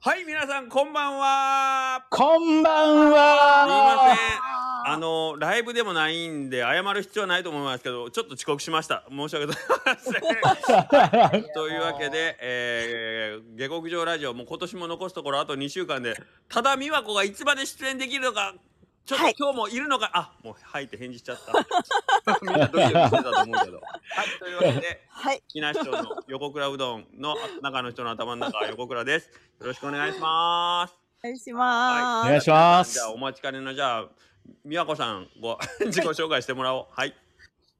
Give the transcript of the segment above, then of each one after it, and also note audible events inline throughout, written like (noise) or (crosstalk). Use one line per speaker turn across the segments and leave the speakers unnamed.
はい、皆さん、こんばんは
こんばん
すいま
は
せん。あの、ライブでもないんで、謝る必要はないと思いますけど、ちょっと遅刻しました。申し訳ございません。 (laughs) というわけで、えー、下克上ラジオ、もう今年も残すところあと2週間で、ただ美和子がいつまで出演できるのか、ちょっと
はい
今日もいるのか、あ、もう、はいって返事しちゃ (laughs) った。みんなドキドキしてたと思うけど。はい、というわけで、
はい。
木梨町の横倉うどんの中の人の頭の中は横倉です。よろしくお願いします。
お願いしま
お
す。
願いしま
じ
す
ゃあお待ちかねのじゃあ美和子さん
(laughs)
ご自己紹介してもらおう。はい。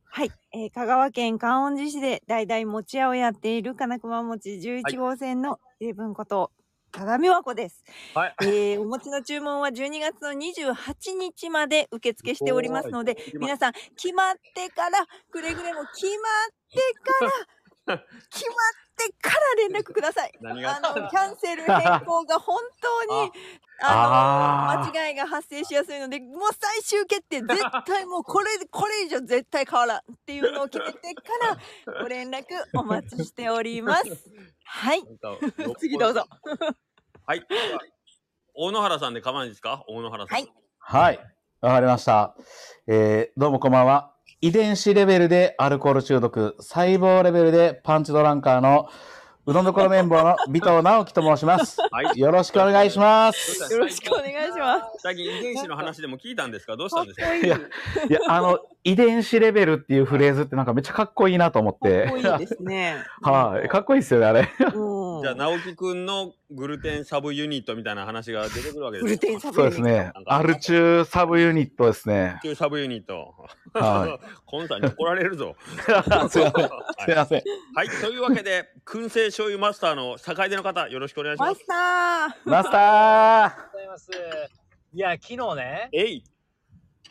はい、えー香川県観音寺市で代々餅屋をやっている金熊餅
はい
11号線の英文こと、ただみわこです。
はい
えーお餅の注文は12月の28日まで受付しておりますので、皆さん、決まってから、くれぐれも決まってから、
(laughs)
決まってから連絡ください。
何があ
あ
ったんだ
の、キャンセル変更が本
(laughs)
当に、あ
あ
の、間違いが発生しやすいのでもう最終決定絶対もうこれこれ以上絶対変わらんっていうのを決めてからご連絡お待ちしております。はい次どうぞ。。
はい。では大野原さんで構わないですか大野原さん。
はい
ーはい。わかりました。えーどうもこんばんは。遺伝子レベルでアルコール中毒、細胞レベルでパンチドランカーのうどんどころ綿 (laughs) 棒の尾藤直樹と申します。
はい。
よろしくお願いします。
よろしくお願いします。
最近遺伝子の話でも聞いたんですかどうしたんですか
かっこい
い
い。
や
かっ
いや、あの、遺伝子レベルっていうフレーズってなんかめっちゃかっこいいなと思って。。
こいいですね
はい。かっこいいですよね、あ (laughs) れ。
うん。
じゃあ直樹くんのグルテンサブユニットみたいな話が出てくるわけです
グ
よ
ルテンサブ
そう
ユ
です
ニ
ね。アルチューサブユニットですね。
中サブユニット。
は
コンさんに怒られる
(laughs)
ぞ。
(laughs) すいません。
は
すいません。
い、はいというわけで、燻製醤油マスターの坂出の方、よろしくお願いしま
マ
す。
スタ
マスタ
ございます。いや、昨日ね、
えい、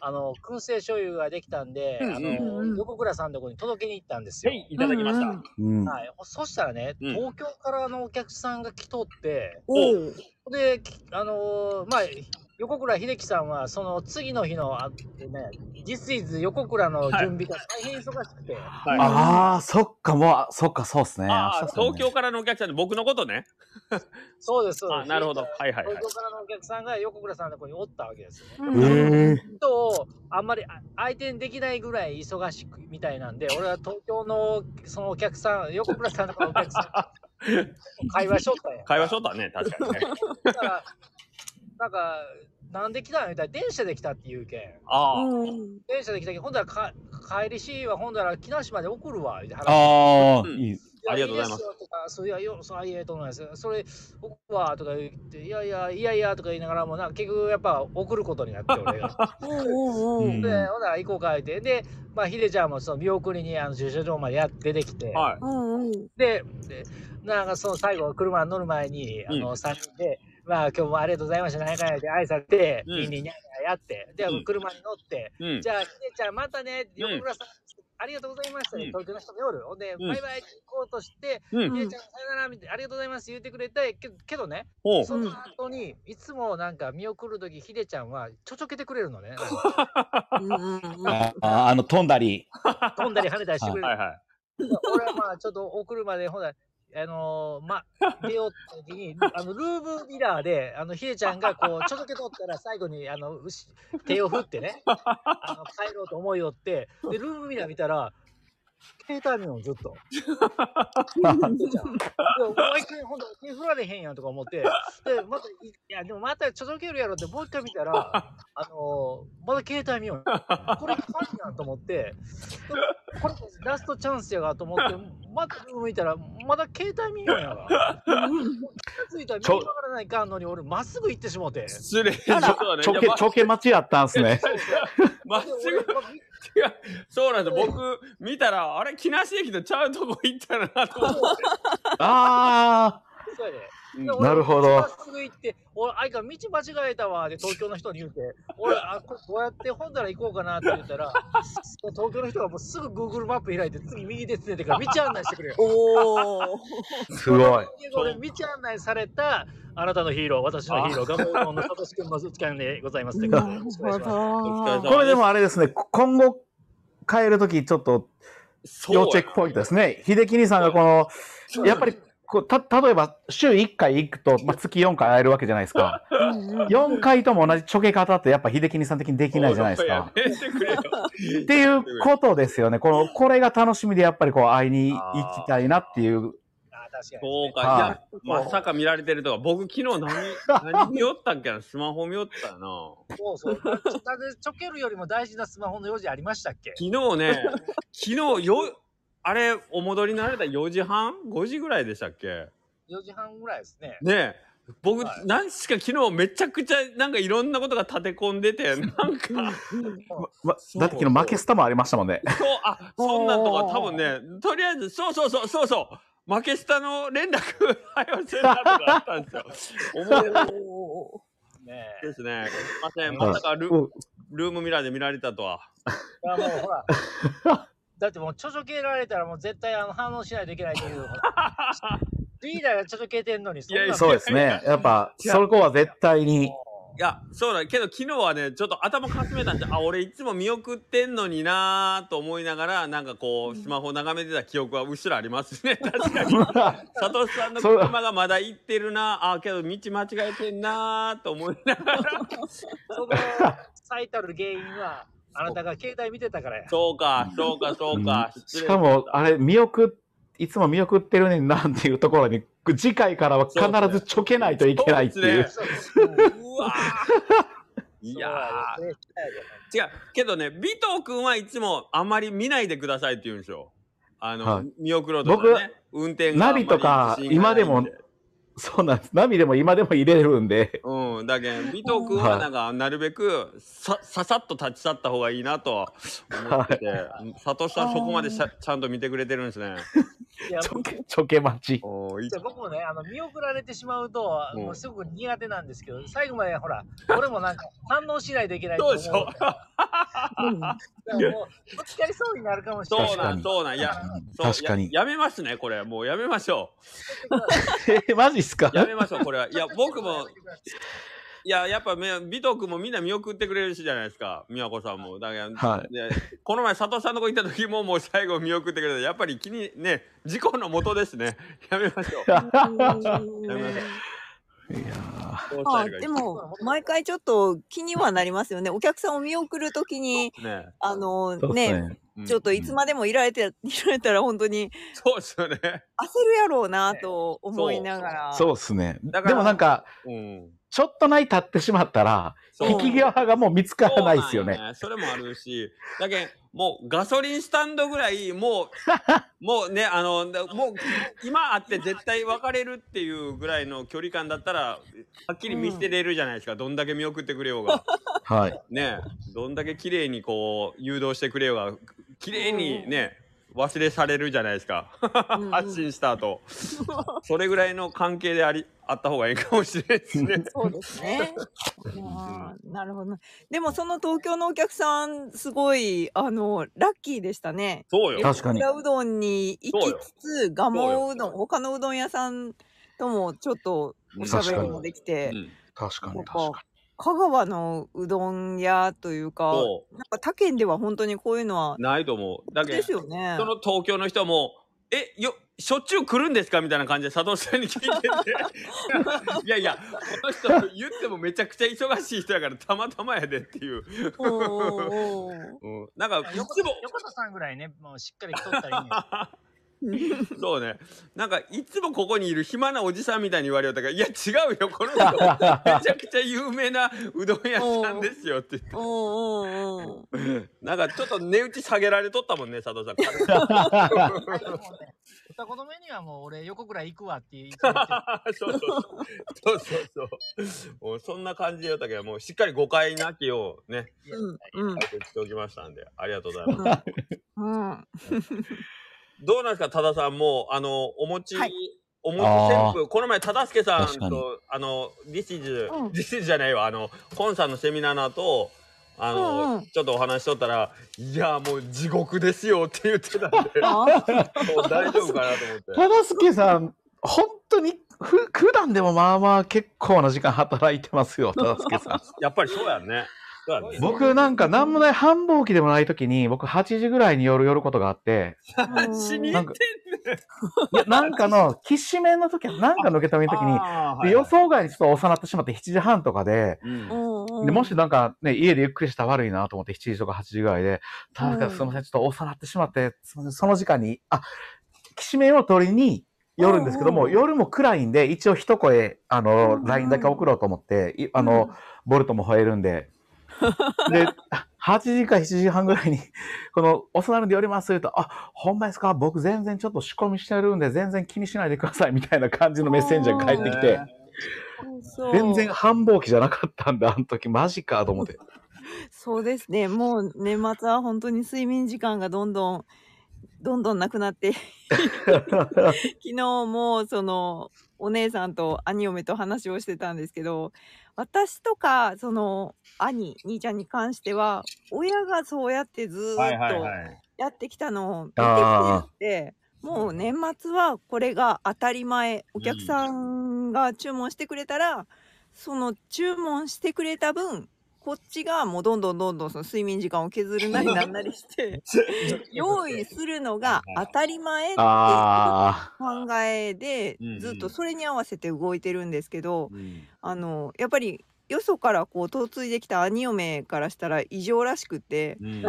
あの、燻製醤油ができたんで、
うんうん
あ
うんう
の、
ん
横倉さんのとこに届けに行ったんです
せ
よ。
い、いただきました。
うんう
ー
ん
うん。
はい。そしたらね、
うん
東京からのお客さんが来とって、
ー。おう
で、きあのーまあ、横倉秀樹さんは、その次の日の、あね、This is 横倉の準備が大変忙しくて、
はい
ああ、そっか、もう、そっか、そうっすね。
あ
明
あ
日っすね
東京からのお客さんで僕のことね。
そうです、そう
あ
です。
なるほど。はいはいはい
東。京からのお客さんが横倉さんのとこにおったわけですよね。
う
え
ん
え
とあんまりあ相手にできないぐらい忙しくみたいなんで俺は東京のそのお客さん横倉さんのお客さ
(laughs)
ん会話しとったんや
会話しとったね、確かに
(laughs)
ね。
だからなんかなんで来たんみたいな電車で来たって言うけん
ああ、
うん。
電車で来たけんほんだらか帰りしはほんだら木梨まで送るわみたいな話
ああ、
うん
いい。
ありがとうございます
やですよとかそういやよそうあいえと思いますそれ僕はとか言っていやいやいやいやとか言いながらもなんか結局やっぱ送ることになって俺が。
おうおうおう。
うん
で、ほな、行こうか、言うて。で、まあ、ヒデちゃんもその見送りに、あの、駐車場までやって出てきて、
はい。
うんうん。
で、でなんかその最後、車に乗る前に、あ
う
の、3人で、まあ、今日もありがとうございました、何回やって、挨拶で、
うん
ニンニンニャンニャンやって、で
うん、
車に乗って、
うん
じ。ゃあ、ヒデちゃん、またね、
うん
横倉さん、ありがとうございました、
うん
東京の人も夜。ほんで、
うん
バイバイって行こうとして、
うん
ヒデちゃん、さよなら、みたいなありがとうございます、言ってくれたけどけどね、
ほう。
その後に、いつもなんか見送るとき、ヒデちゃんは、ちょちょけてくれる
(laughs)
のね。
うんうんうん
ああ、あの、飛んだり。
飛んだり跳ねたりしてくれる
はいは
俺はまあちょっと送るまでほなあのーま出よった時にあのルーブミラーであのひえちゃんがこうちょっとけとったら最後にあのうし手を振ってねあの帰ろうと思いよってでルーブミラー見たら携帯見よずっと。ひえちゃんでもう一回ほんと手振られへんやんとか思ってでまたいやでもまたちょっとけるやろってもう一回見たらあのーまだ携帯見ようこれがファンやんと思って。これラストチャンスやがと
(laughs)
思って、また向いたら、まだ携帯見ようやが。気づいたら見
ちょ
ながらないかんのに、俺、まっすぐ行ってしもうて。
い。
そ
失礼しそうね。
ちょけ、
ま
ちょけ待ちやったんすね。
うそう
まっす
で
ぐ。
俺ま
違うそうなんです。僕、見たら、あれ、木梨駅とちゃうとこ行ったなと思って。
あ
そうやで
うん
で俺
なるほど
まっすぐ行って、俺、あいかん、道間違えたわ、で、東京の人に言うて、俺、あ、これどうやって本棚行こうかなって言ったら、東京の人がもうすぐ Google マップ開いて、次右ですねってから、道案内して
(laughs)
くれよ。
おお。
あ、すごい。
でこれ道案内されたあなたのヒーロー、私のヒーロー、
(laughs)
ガモーのサトシ君の図鑑でございますってことで。よろしくお願いします
お疲れ様
これでもあれですね、こ今後、変えるとき、ちょっと、
そう
要チェックポイントですね。秀樹兄さんがこの、やっぱり、こうた例えば週1回行くと、まあ、月4回会えるわけじゃないですか。
(laughs) うんうん
4回とも同じちょけ方ってやっぱ秀樹さん的にできないじゃないですか。
そうやめてくれよっ
っていうことですよね。この、これが楽しみでやっぱりこう会いに行きたいなっていう。
あ確かに。
そうか、いや
(laughs) は、
まさか見られてるとか、僕昨
(laughs)
日何、何見よったっけな、スマホ見よったよな。
そうそう。だってちょけるよりも大事なスマホの用事ありましたっけ
昨
(laughs)
日ね、昨日よ、あれ、お戻りになられた4時半 ?5 時ぐらいでしたっけ
?4 時半ぐらいですね。
ねえ、僕、
はい
何しか昨日めちゃくちゃ、なんかいろんなことが立て込んでて、 (laughs) なんか、
まだって昨日負けスタもありましたもんね。
そう、あ、そんなんとか多分ね、とりあえず、そうそうそうそうそう、負け下の連絡配信センターとかあったんです (laughs) よ。思い
お
ねえ。
ですね。すいません、まさかル,、
うん
ルームミラーで見られたとは。
だからもうほら。
(laughs)
だってもうちょちょけられたらもう絶対あの反応しないといけないっていう。ほらリーダーがちょちょけてんのにそんなの
いやいや
そうですね。やっぱ、そこは絶対に。
いや、そうだけど昨日はね、ちょっと頭かすめたんで、あ、俺いつも見送ってんのになぁと思いながら、なんかこう、スマホ眺めてた記憶はうっすらありますね。確かに。サトシさんの車がまだ行ってるなぁ、あ、けど道間違えてんなぁと思いながら。
その最たる原因は、あなたが携帯見てたからや。
そうか、そうか、そうか。失礼
しかも、あれ、見送っ、いつも見送ってるねんなんていうところに、次回からは必ずちょけないといけないって
そう
い
で
う。
す
そう
うわぁいや
そうです
ー違うけどね尾藤君はいつもあんまり見ないでくださいって言うんですよあの、
はい
見送ろうとかね運転があんまり
ナビとか
自信がないん
今でそうなんです。ナビでも今でも入れるんで。
うんだけど尾藤君はなんかなるべくさささっと立ち去った方がいいなとは思ってて佐藤さんそこまでしゃちゃんと見てくれてるんですね
いや
ちょけ、ちょけ待ち。
おーいい
僕もね、あの見送られてしまうと、
うん
もうすごく苦手なんですけど、最後までほら、俺もなんか反応しないといけないと
そ
思
う
う。
でしょ
(laughs)
だからもう、ぶつかりそうになるかもしれない。
そうなんそうなんいやそう
確かに。
ややめますねこれもうやめましょ
え、マジっすか
うやめましょうこれはいや僕もいや、やっぱめ、尾藤君もみんな見送ってくれるしじゃないですか、美和子さんも。だけど、
はい
でこの前、佐藤さんの子行った時も、もう最後見送ってくれた。やっぱり気に、ね、事故のもとですね。やめましょう。やめま
(laughs)
しょう。どうしたら
あ
いいか
でも毎回ちょっと気にはなりますよね。お客さんを見送るときに
ね
あの
そうっす
ね
ね。
うん
ちょっといつまでもいられて、 (laughs) いられたら本当に
そうですよね。
焦るやろうなと思いながら。
そうですね。
だから
でもなんか、
うん。
ちょっとない立ってしまったら、
そう
引き際がもう見つからないですよ
そう
ね。
んそれもあるし、だけんもうガソリンスタンドぐらい、
(laughs)
もう、もうね、あの、もう今あって絶対別れるっていうぐらいの距離感だったら、はっきり見捨てれるじゃないですか、どんだけ見送ってくれよう
(laughs)
が。
はい。
ねえ、どんだけ綺麗にこう、誘導してくれようが、綺麗にね、忘れされるじゃないですか。
んうん
発信した後。それぐらいの関係であり、あった方がいいかもしれないですね。
そうですね。あーなるほど。でもその東京のお客さん、すごい、あの、ラッキーでしたね。
そうよ。
確かに。
平うどんに行きつつ、蒲
そう
生うどん、他のうどん屋さんともちょっとおしゃべりもできて
う、ん
確か
なん
に、確
か
か
香川のうどん屋というか、
そ
なんか他県では本当にこういうのは
う。、ないと思う。だけ
で
ど
すよね。
その東京の人も、え、よ、しょっちゅう来るんですかみたいな感じで佐藤さんに聞いて (laughs) て。いやいや、この人言ってもめちゃくちゃ忙しい人やからたまたまやでっていう。
おーおー
うん、なんか、い
横
つ
田
も、
横田さんぐらいね、もうしっかり太ったらいいね。
おー
(laughs) そうね。なんか、いつもここにいる暇なおじさんみたいに言われよったから、いや、違うよ、この人、め (laughs) ちゃくちゃ有名なうどん屋さんですよって言って。
おーおー
なんか、ちょっと値打ち下げられとったもんね、佐藤さん。
はいもうね二言目にはもう俺横ぐらい行くわって言って言って
(laughs)
る
そうそうそう。そうそうそう。もうそんな感じで言ったけど、もうしっかり誤解なきをね、
うんうん
解説しておきましたんで、ありがとうございます。
うんうん
どうなんですか、多田さん、もう、あの、お餅、
はい
お餅
あ
旋
ー
風、この前、忠助さん
確かに
と、あの、ディシズ
うん、
ディシズじゃないわ、あの、コンさんのセミナーの後、あ
うん
の
う、ん
ちょっとお話しとったら、いや、もう地獄ですよって言ってたんで、
(laughs)
も
(laughs) あ
う大丈夫かなと思って。
に。忠介さん、本当に、
(laughs)
ふ、普段でもまあまあ結構な時間働いてますよ、忠介さん。
やっぱりそうやんね。そうだね
僕なんか何もない繁忙期でもない時に、僕8時ぐらいに夜寄ることがあって、
死に
な
行
ん
って
か
ん
いやなんかの、きしめんの時、なんかのけための時に、で予想外にちょっと収まってしまって7時半とかで、
うん
でもしなんかね、家でゆっくりしたら悪いなと思って7時とか8時ぐらいで、
うん
確かにすいません、ちょっと収まってしまって、すいませんその時間に、あ、きしめんを取りに寄るんですけども、
うんうん
夜も暗いんで、一応一声、あの、
うんうん
LINE だけ送ろうと思って、いあの、ボルトも吠えるん
(laughs)
で。で、8時か7時半ぐらいに、この、お世話にで寄りますと言うと、あ、ほんまですか僕全然ちょっと仕込みしてるんで、全然気にしないでください、みたいな感じのメッセンジャーが返ってきて、
そう
全然繁忙期じゃなかったんだ、あの時、マジか、と思って。
そうですねもう年末は本当に睡眠時間がどんどんどんどんなくなって昨日もそのお姉さんと兄嫁と話をしてたんですけど私とかその兄兄ちゃんに関しては親がそうやってず
はい
ー
は
っ
い
と
はい。
やってきたのを見てきて
あー
てもう年末はこれが当たり前お客さんが注文してくれたら、その注文してくれた分こっちがもうどんどんどんどんその睡眠時間を削るなりなんなりして
(laughs)
用意するのが当たり
(laughs)
前っていう
あ
考えで
うんうん
ずっとそれに合わせて動いてるんですけど
うん
あのやっぱりよそからこう嫁いできた兄嫁からしたら異常らしくて。 (laughs)
うん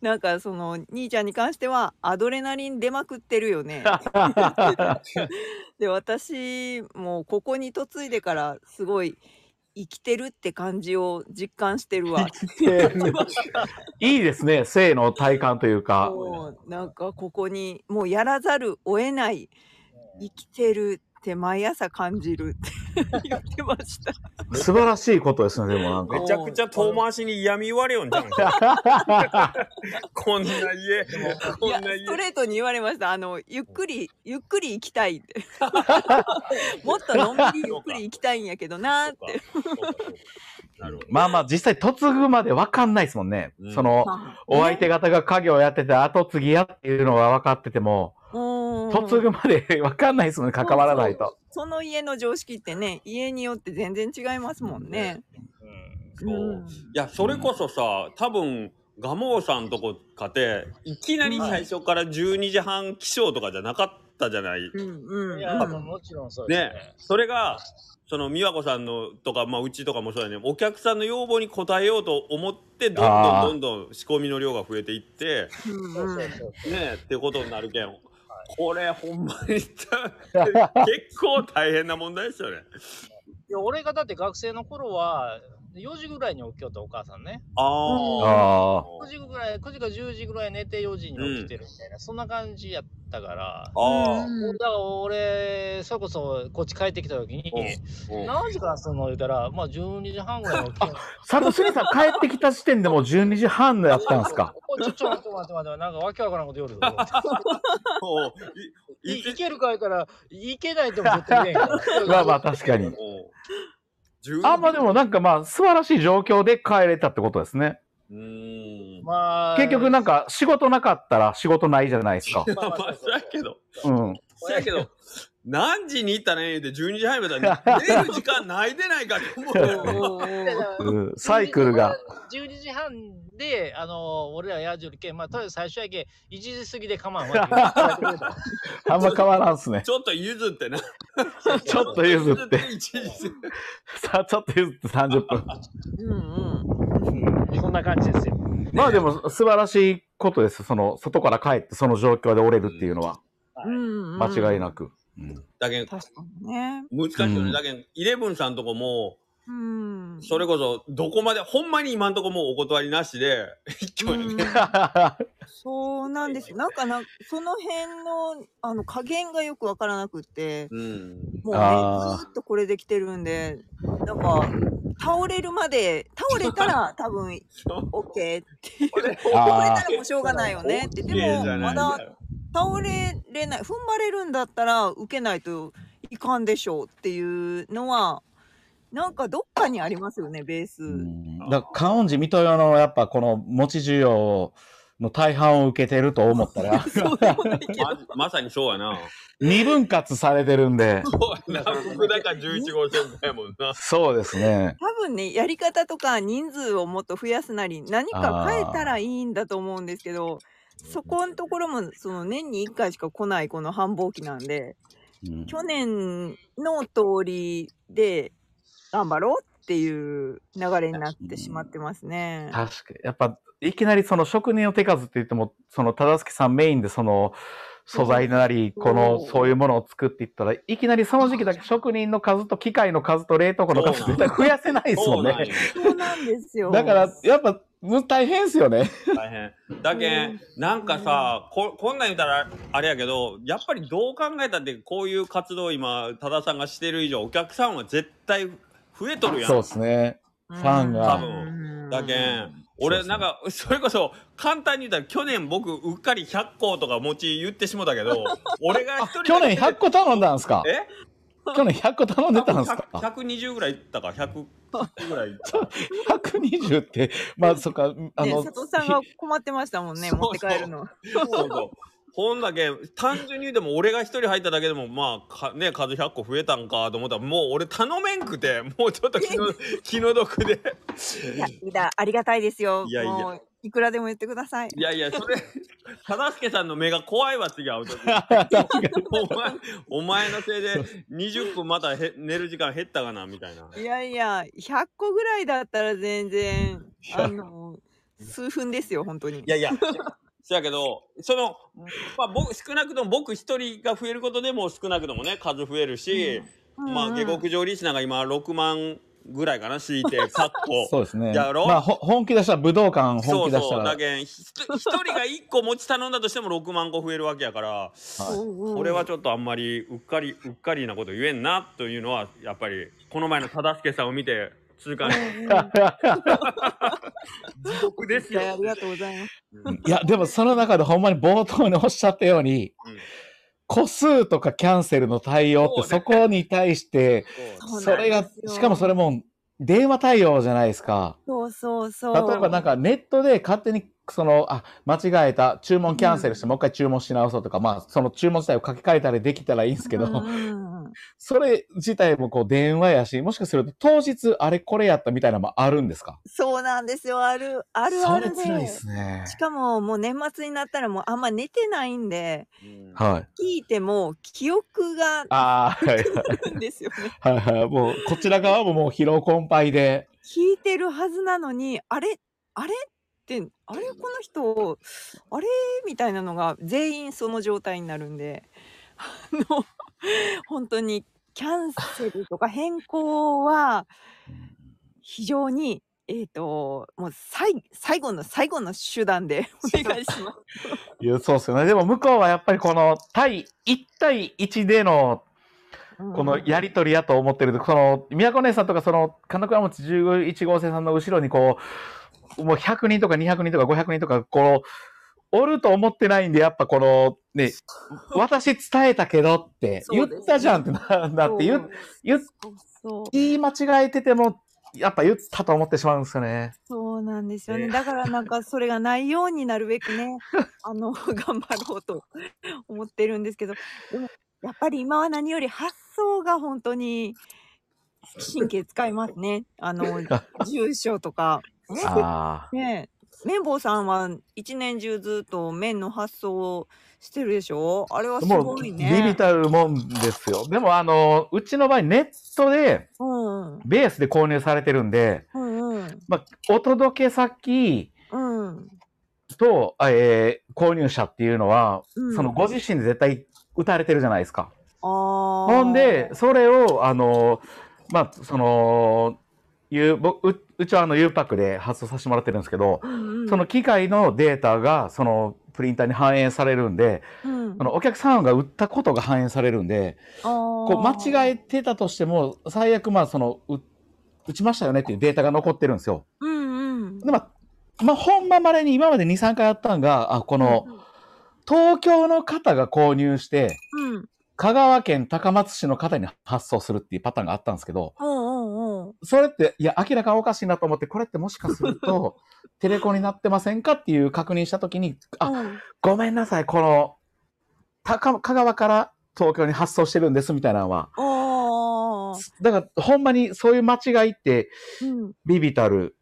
なんかその兄ちゃんに関してはアドレナリン出まくってる
(laughs)
よね
あ。
で私もうここに嫁いでからすごい生きてるって感じを実感してる
(laughs)
わ
いいですね、性の体感というか。
もうなんかここにもうやらざるを得ない生きてるって毎朝感じるって言ってました
素晴らしいことですね、でもなんか。
めちゃくちゃ遠回しに嫌味言われ
(laughs)
よんじゃん。こんな家、
い
こ
や
んな
ス
家。
トレートに言われましたあのゆっくりゆっくり行きたいってもっとのんびりゆっくり行きたいんやけどなーって
そうかそうかそうかなるほど。
まあまあ、実際、嫁ぐまでわかんないですもんね。
うん
その、お相手方が家業やってて、後継ぎやっていうのが分かってても、
嫁
嫁ぐまで分かんないですもんね、関わらないと。
その家の常識ってね家によって全然違いますもんね。
そう
う
い
ん
や、それこそさ、多分、ガモーさんとこかて、いきなり最初から12時半起床とかじゃなかったじゃない。
うんうん
いや、もう
う
もちろんそうです
ね
ね。
それが、その美和子さんのとか、まあ、うちとかもそうだね、お客さんの要望に応えようと思って、どん
あ
ど
ー
んどんどん仕込みの量が増えていって、
ん
そう
う
そ
ん
う
うん
そうそう。
ねってことになるけん。これ、ほんまに (laughs) た、結構大変な問題ですよね。
いや俺がだって学生の頃は、4時ぐらいに起きよったお母さんね。
ああ。
ああ。
9時ぐらい、9時か10時ぐらい寝て4時に起きてるみたいな、そんな感じやったから。
ああ。
だから俺、それこそこっち帰ってきた時に、
うん
何時からするの言うたら、まあ12時半ぐらいに起きてる。
佐藤杉さん、帰ってきた時点でもう12時半だったんですか。
おいちょ、ちょ、待って待って待って、なんかわけわからんこと言うよる。
そうい
い
いつ
いけるか言うから、いけないとも絶対言えんか
(laughs)
ら
まあまあ、確かに。
もう
あ、まあで。もなんかまあ、素晴らしい状況で帰れたってことですね。
12うーん。ま
まあ、
結局なんか、仕事なかったら仕事ないじゃない (laughs) ですか。
あ、まあ、そやけど。
うん。
そやけど、何時に行ったらええで12時半まで寝る時間ないでないかって思うよ。
うんサイクル (laughs) が。
12時半で、あの俺らやじゅるけん、まあ、とりあえず最初やけん、1時過ぎで構わんわ。
あんま変わらんっすね。
ちょっと譲ってな。
ちょっと譲って。
一時
さあ、ちょっと譲って30分。
うん
そんな感じですよ。
まあでも、素晴らしいことです。その、外から帰って、その状況で折れるっていうのは、
うん
間違い
く。
なく。
だけん、
確かにね。
難しいよ
う
ね。
ん
だけん、イレブンさんとこも、
うん。
それこそ、どこまで、ほんまに今んとこもうお断りなしで、一挙に
う
ね。
んそうなんです。なんかなその辺のあの加減がよくわからなくって。
うん。
もうね、ず
あー
ーっとこれできてるんで、なんか、倒れるまで、倒れた
(laughs)
ら多分、オッケーっていう。倒れ
あ
たらもうしょうがないよねって。でも、まだ倒れれない踏ん張れるんだったら受けないといかんでしょうっていうのはなんかどっかにありますよねベース。
だから、観音寺水戸用の、やっぱこの、持ち需要の大半を受けてると思った (laughs) ら、
そうでもないけど。
ままさにそうやな。
二分割されてるんで、
(laughs) そうやな。福田か11号線かやもん
(laughs)
な。
そうですね。
多分ね、やり方とか人数をもっと増やすなり、何か変えたらいいんだと思うんですけど、そこのところも、その年に1回しか来ないこの繁忙期なんで、
うん
去年の通りで頑張ろうっていう流れになってしまってますね。
確かに。やっぱ、いきなりその職人の手数って言っても、その忠介さんメインでその素材なり、この、
そう
そういうものを作っていったら、いきなりその時期だけ職人の数と機械の数と冷凍庫の数
そうなん
絶対増やせないですもん
そうなん
ね。
よ
そうなんですよ。
だから、やっぱ、む大変ですよね。
大変。だけ
うん
ん、なんかさ、ここんなん言うたらあれやけど、やっぱりどう考えたってこういう活動を今、多田さんがしてる以上、お客さんは絶対増えとるやん。
そうですね。
うん、
ファンが
多分だけん、
そう
俺
っすね
なんか、 (laughs) それこそ、簡単に言ったら去年僕、うっかり100個とか持ち言ってしもたけど、俺が一人
去
だけ
年100個頼んだんですか
え
去年100個頼んでたんですか
?120 ぐらいいったか、100ぐらいいった
120って、
(laughs)
まあそっか、あ
ね、
の、
佐藤さんが困ってましたもんね、
そう
持って帰るの。
そうそうほんだけん単純にでも俺が一人入っただけでもまあかね数100個増えたんかと思ったらもう俺頼めんくてもうちょっと気の気の毒で
いや、いやありがたいですよ。
いやいや
もういくらでも言ってください。
いやいやそれ忠介さんの目が怖いわ次会う時お前お前のせいで20分またへ寝る時間減ったかなみたいない
やいや、100個ぐらいだったら全然、
(laughs)
あの、数分ですよ、本当に。
いやいや、そやけど、その、まあ、僕、少なくとも僕一人が増えることでも少なくともね、数増えるし、
うん
ま
う
あ、
ん
下克上リスナーが今6万ぐらいかな、強い (laughs) て、かっこ。
そうですね。
やろ
まあほ本気出したら武道館本
そ
気
う
出し
そ
た
う。
ら
だ。けん、ひと一人が一個持ち頼んだとしても6万個増えるわけやから、
はい
俺はちょっとあんまりうっかり、うっかりなこと言えんな、というのは、やっぱり、この前の忠助さんを見て、痛感し (laughs) 僕です
いやあ
よ。
りがとうございます。
いや、でもその中でほんまに冒頭におっしゃったように、
うん
個数とかキャンセルの対応って
そう
そこに対して、
そう
それ
なん
が
ですよ、
しかもそれも電話対応じゃないですか。
そうそうそ
例
う。
えばなんかネットで勝手にその、あ、間違えた、注文キャンセルしてもう一回注文し直そうとか、まあその注文自体を書き換えたりできたらいいんですけど、
うんうんうん
それ自体もこう電話やし、もしかすると当日あれこれやったみたいなのもあるんですか
そうなんですよ、ある、あるある
それ辛いですね。
しかももう年末になったらもうあんま寝てないんで、
うん
はい。
聞いても記憶が
ああ、はい
あるんですよね。
はいはい。もう、こちら側ももう疲労困憊で。
聞いてるはずなのにあれあれってあれこの人あれみたいなのが全員その状態になるんであの本当にキャンセルとか変更は非常にえっ、ともう最最後の最後の手段でお願いします。
いや、そうっすよね。でも向こうはやっぱりこの対、1対1での、このやりとりやと思ってる。この、宮古姉さんとかその、金倉餅11号線さんの後ろにこう、もう100人とか200人とか500人とか、こう、おると思ってないんで、やっぱこの、ね、私伝えたけどって、
そ
言
うですね
ったじゃんってな、なって言
そう
う、言っ
そう
言い間違えてても、やっぱ言ったと思ってしまうんですよね。
そうなんですよね。
ね
だからなんかそれがないようになるべくね、あ
(laughs)
の頑張ろうと思ってるんですけど、でもやっぱり今は何より発想が本当に神経使いますね。あ
(laughs)
の住所とか
あ
ねえ。綿棒さんは一年中ずっと麺の発想をしてるでしょあれは
あ。
す
も
ご
う、
い
ビ
ね。
ビたるもんですよ。でも、あの、うちの場合、ネットで、
うんうん
ベースで購入されてるんで、
うん
まあ、お届け先
うん。
と、あえー購入者っていうのは、
うん
そのご自身で絶対打たれてるじゃないですか。
あ
ほ
ほ
んで、それを、あの、まあ、その、ゆぼううちはあの U パックで発送させてもらってるんですけど、
うんうん、
その機械のデータがそのプリンターに反映されるんで、
うん
あのお客さんが売ったことが反映されるんで、こう間違
え、
えてたとしても、最悪まあそのう打ちましたよねっていうデータが残ってるんですよ。
うんうん、
でまあ、まあ、ほんままれに今まで2、3回あったんが、あこの東京の方が購入して、
うん。
香川県高松市の方に発送するっていうパターンがあったんですけど、
おうおうおう。
それって、いや、明らかにおかしいなと思って、これってもしかすると、テレコになってませんかっていう確認したときに、あ、
うん
ごめんなさい、この、たか香川から東京に発送してるんですみたいなのは。
おー
だから、ほんまにそういう間違いって、
うん
ビビたる。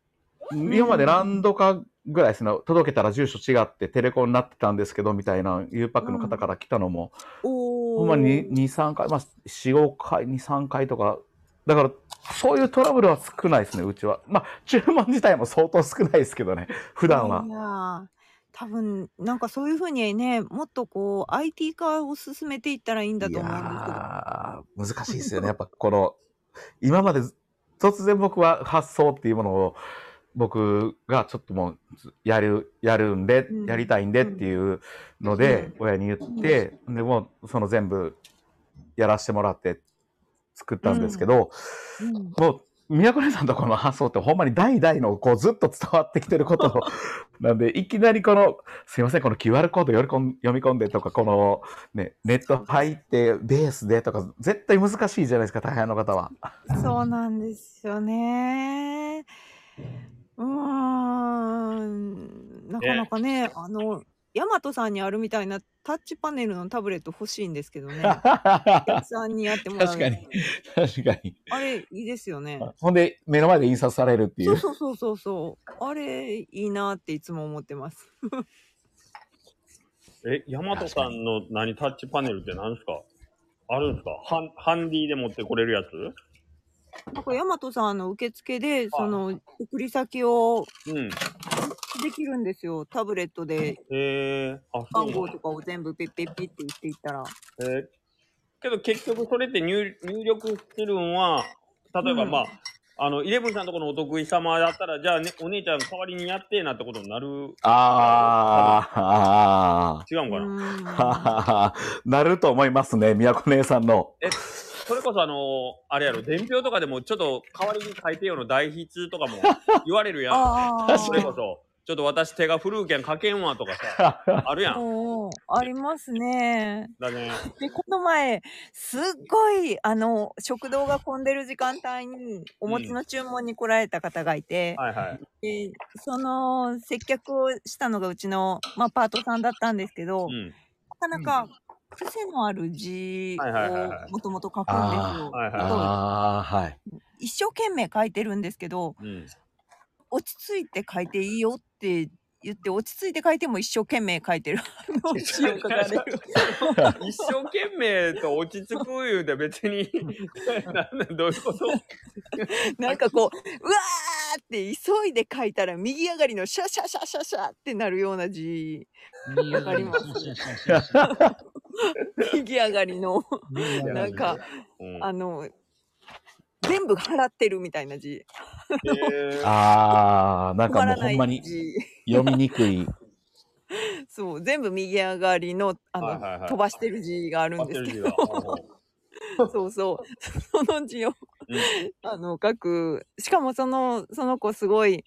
今までランドカぐらいですね、届けたら住所違ってテレコになってたんですけど、みたいな、ゆうぱくの方から来たのも、
おー。
ほんまに2、3回、まあ、4、5回、2、3回とか、だから、そういうトラブルは少ないですね、うちは。まあ、注文自体も相当少ないですけどね、普段はい
やいや多分なんかそういうふうにねもっとこう IT 化を進めていったらいいんだと思うんですけど
いやー難しいですよね。やっぱこの、今まで突然僕は発想っていうものを、僕がちょっともうやる、やるんで
うん、
やりたいんでっていうので、親に言って、でもうその全部やらせてもらって作ったんですけど、
うん
もう、宮古根さんとこの発想ってほんまに代々のこうずっと伝わってきてること (laughs) なんで、いきなりこの、すいません、この QR コードよりこん読み込んでとか、このね、ネット入ってベースでとか、絶対難しいじゃないですか、大変の方は。
そうなんですよね。うーん、なかなかね、あの、ヤマトさんにあるみたいなタッチパネルのタブレット欲しいんですけ
(laughs)
どね。お客
確
さんにやってもらう。
(laughs) 確かに。かに。
あれ、いいですよね。
ほんで、目の前で印刷されるってい
そ
う。
うそうそうそうそう。あれ、いいなっていつも思ってます。
え、ヤマトさんの何タッチパネルって何ですかあるんですかハンハンディで持ってこれるやつ
なんかヤマトさんの受付で、その、送り先
う
を
ん。
できるんですよ。タブレットで
えー、あ、そう
番
なん
号
だ
とかを全部ペッペッペッって言っていったら。
えーけど結局それって入入力してるんは、例えば
うん
まあ、あの、イレブンさんのとこのお得意様だったら、じゃあね、お姉ちゃん代わりにやってなってことになる、
あーあ
違うんかな、
うーん
ー、あー、 (laughs) なると思いますね、宮古姉さんの。
それこそあのーあれやろ、伝票とかでもちょっと代わりに書いてよの代筆とか (laughs) も言われるやん。
あ
(laughs)
あ。
それこそ、ちょっと私手が古うけん書けんわとかさ、あるやん。
おーありますね。
だね。
で、この前、すっごい、あの、食堂が混んでる時間帯に、お餅の注文に来られた方がいて、
はいはい。
でその、接客をしたのがうちの、まあ、パートさんだったんですけど、
うん。
なかなか、癖のある字
はいはいはいは
を
い
もともと書くんです
は
よ。
いはい
だから
(laughs) ああ、はい。
一生懸命書いてるんですけど、
うん。
落ち着いて書いていいよって言って、落ち着いて書いても一生懸命書いてる。あの字を書かれる。
一 (laughs) 生懸命と落ち着く言うて別に (laughs) なんだどういうこと
なんかこう、うわーって急いで書いたら右上がりのシャシャシャシャシャってなるような字。
わ。
かります
(laughs)
右上がりの、なんか、
うん
あの、全部払ってるみたいな字。
えー
ああ、なんか
困
もうほ
らなん
まに
い字。
読みにくい。
そう、全部右上がりの、あの、
はいはいはい
飛ばしてる字があるんですけど、そうそう、その字を、
うん
あの、書く。しかもその、その子すごい、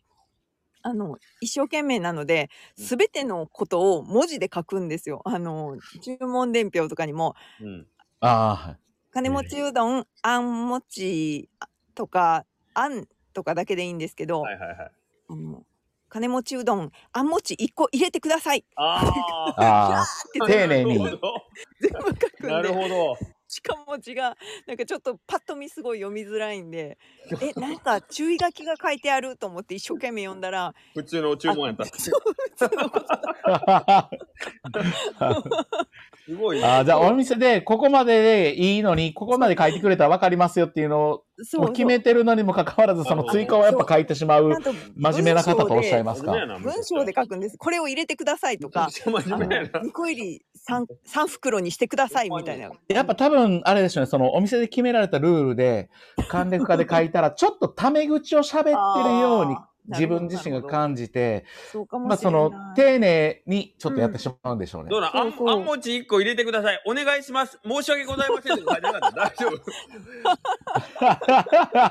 あの、一生懸命なので、すべてのことを文字で書くんですよ。あの、注文伝票とかにも、 (laughs)
うん
あ
金持ちうどん、あんもちとか、あんとかだけでいいんですけど、
はいはいはい。
あの金持ちうどん、あんもち1個入れてくださいっ
あ
あ、あ
て
あ。
丁寧に
なるほ
全部書く
ど。なんる
で、
ほど。
しかも字が、なんかちょっとパッと見すごい読みづらい
(laughs)
んで、え、なんか注意書きが書いてあると思って一生懸命読んだら、
普通の注文やった。
(laughs)
す
あ。
ごいね。
あーじゃあお店でここまででいいのに、ここまで書いてくれたら分かりますよっていうのを
そう
もう決めてるのにもかかわらず、その追加をやっぱ書いてしまう
なんと
真面目な方とおっしゃいます
真面目。
か
やな
文章で書くんです。これを入れてくださいと
め
か、
ちゃめちゃ真面目やな。
2個入り 3, 三袋にしてくださいみたいな。
やっぱ多分、あれですよね、そのお店で決められたルールで、簡略化で書いたら、ちょっとタメ口を喋ってるように
あー
自分自身が感じて、
そうか
ま
も
あ
しれ
そ
ない。
の、丁寧にちょっとやってしまうんでしょうね
どう。なんあん
そうそ
あ
う
んもち1個入れてください。お願いします。申し訳ございませんって書いてなかった。 (laughs) 大丈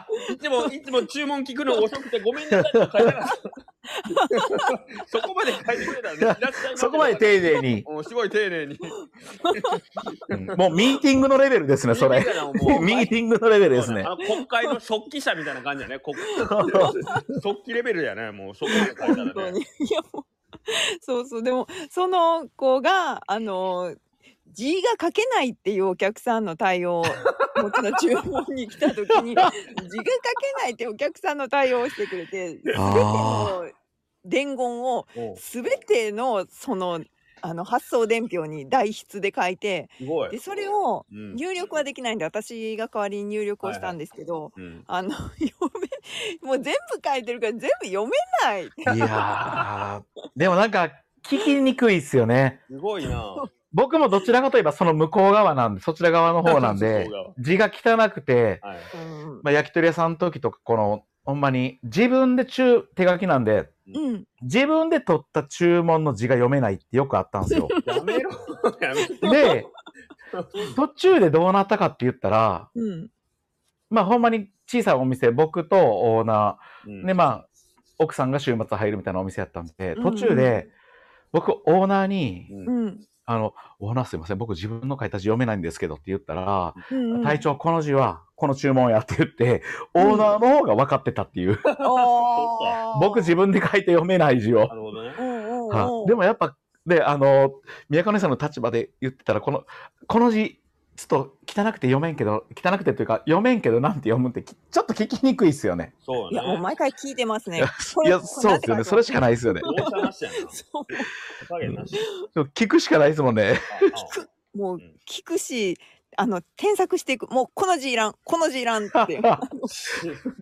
夫。
(laughs)
いつも、いつも注文聞くの遅くてごめんなさいって書いてなかった。そこまで書いてくれたんでいらっしゃいませ
そこまで丁寧に。
うんすごい丁寧に。
うんもうミーティングのレベルですね、それ。 (laughs) ミーティングのレベルですね (laughs)
あ。の国会の食器者みたいな感じだ
(laughs)
ね。国食器レベルやね。もうそこまで書いた
本当
ら
に (laughs)
ね。
いやもうそうそうでもその子があの字が書けないっていうお客さんの対応もちろん注文に来た時
(laughs)
に字が書けないってお客さんの対応をしてくれて全て
あ
の伝言を
おう
全てのそのあの発送伝票に代筆で書いて
すごい
で。それを
うん
入力はできないんで私が代わりに入力をしたんですけど、
うん
あの (laughs) 読めもう全部書いてるから全部読めない
いやーでもなんか聞きにくいですよね。
すごいな。
僕もどちらかといえばその向こう側なんで、そちら側の方なん
(laughs)
で
向こ、
字が汚くて、
はい。
うん
まあ、焼き鳥屋さんの時とか、この、ほんまに自分で注、手書きなんで、
うん、
自分で取った注文の字が読めないってよくあったんですよ。
やめろ。 (laughs) やめろ。
で、途中でどうなったかって言ったら、
うん、
まあほんまに小さいお店、僕とオーナ
うん
ー、でまあ、奥さんが週末入るみたいなお店やったんで、途中
う
で、僕、オーナーに、
うん
うん、
あの、オーナーすいません、僕自分の書いた字読めないんですけどって言ったら、
うんうん、
(laughs) 隊長、この字は、この注文やって言って、オーナーの方が分かってたっていう。
あ
(laughs)
ー
僕自分で書いて読めない字を
な。るほどね。
うんうん
は
う
い
ん
でもやっぱ、で、あの、宮金さんの立場で言ってたら、この、この字、ちょっと汚くて読めんけど、汚くてというか、読めんけどなんて読むってき、ちょっと聞きにくいですよね。
そう
い
ね
や。もう毎回聞いてますね。こ
い
れ
や、
これ
そうですよね。それしかないですよね。 (laughs)
大阪なしやな。
そう
手加減なし。
でも聞くしかないですもんね。
ああ
もう
うん
聞くし、あの添削していく。もうこの字いらん、この字いらんって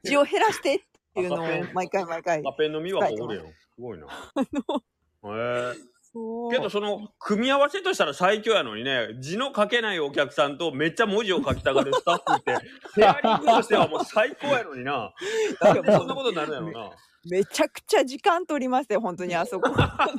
字を減らしてっていうのを毎回毎回。
赤ペンの実はここでよ。すごいな。へえ
そう
けどその組み合わせとしたら最強やのにね字の書けないお客さんとめっちゃ文字を書きたがるスタッフってペアリングとしてはもう最高やのにななんでそんなことになるんやろうな
めちゃくちゃ時間取りますよ本当にあそこ (laughs) あ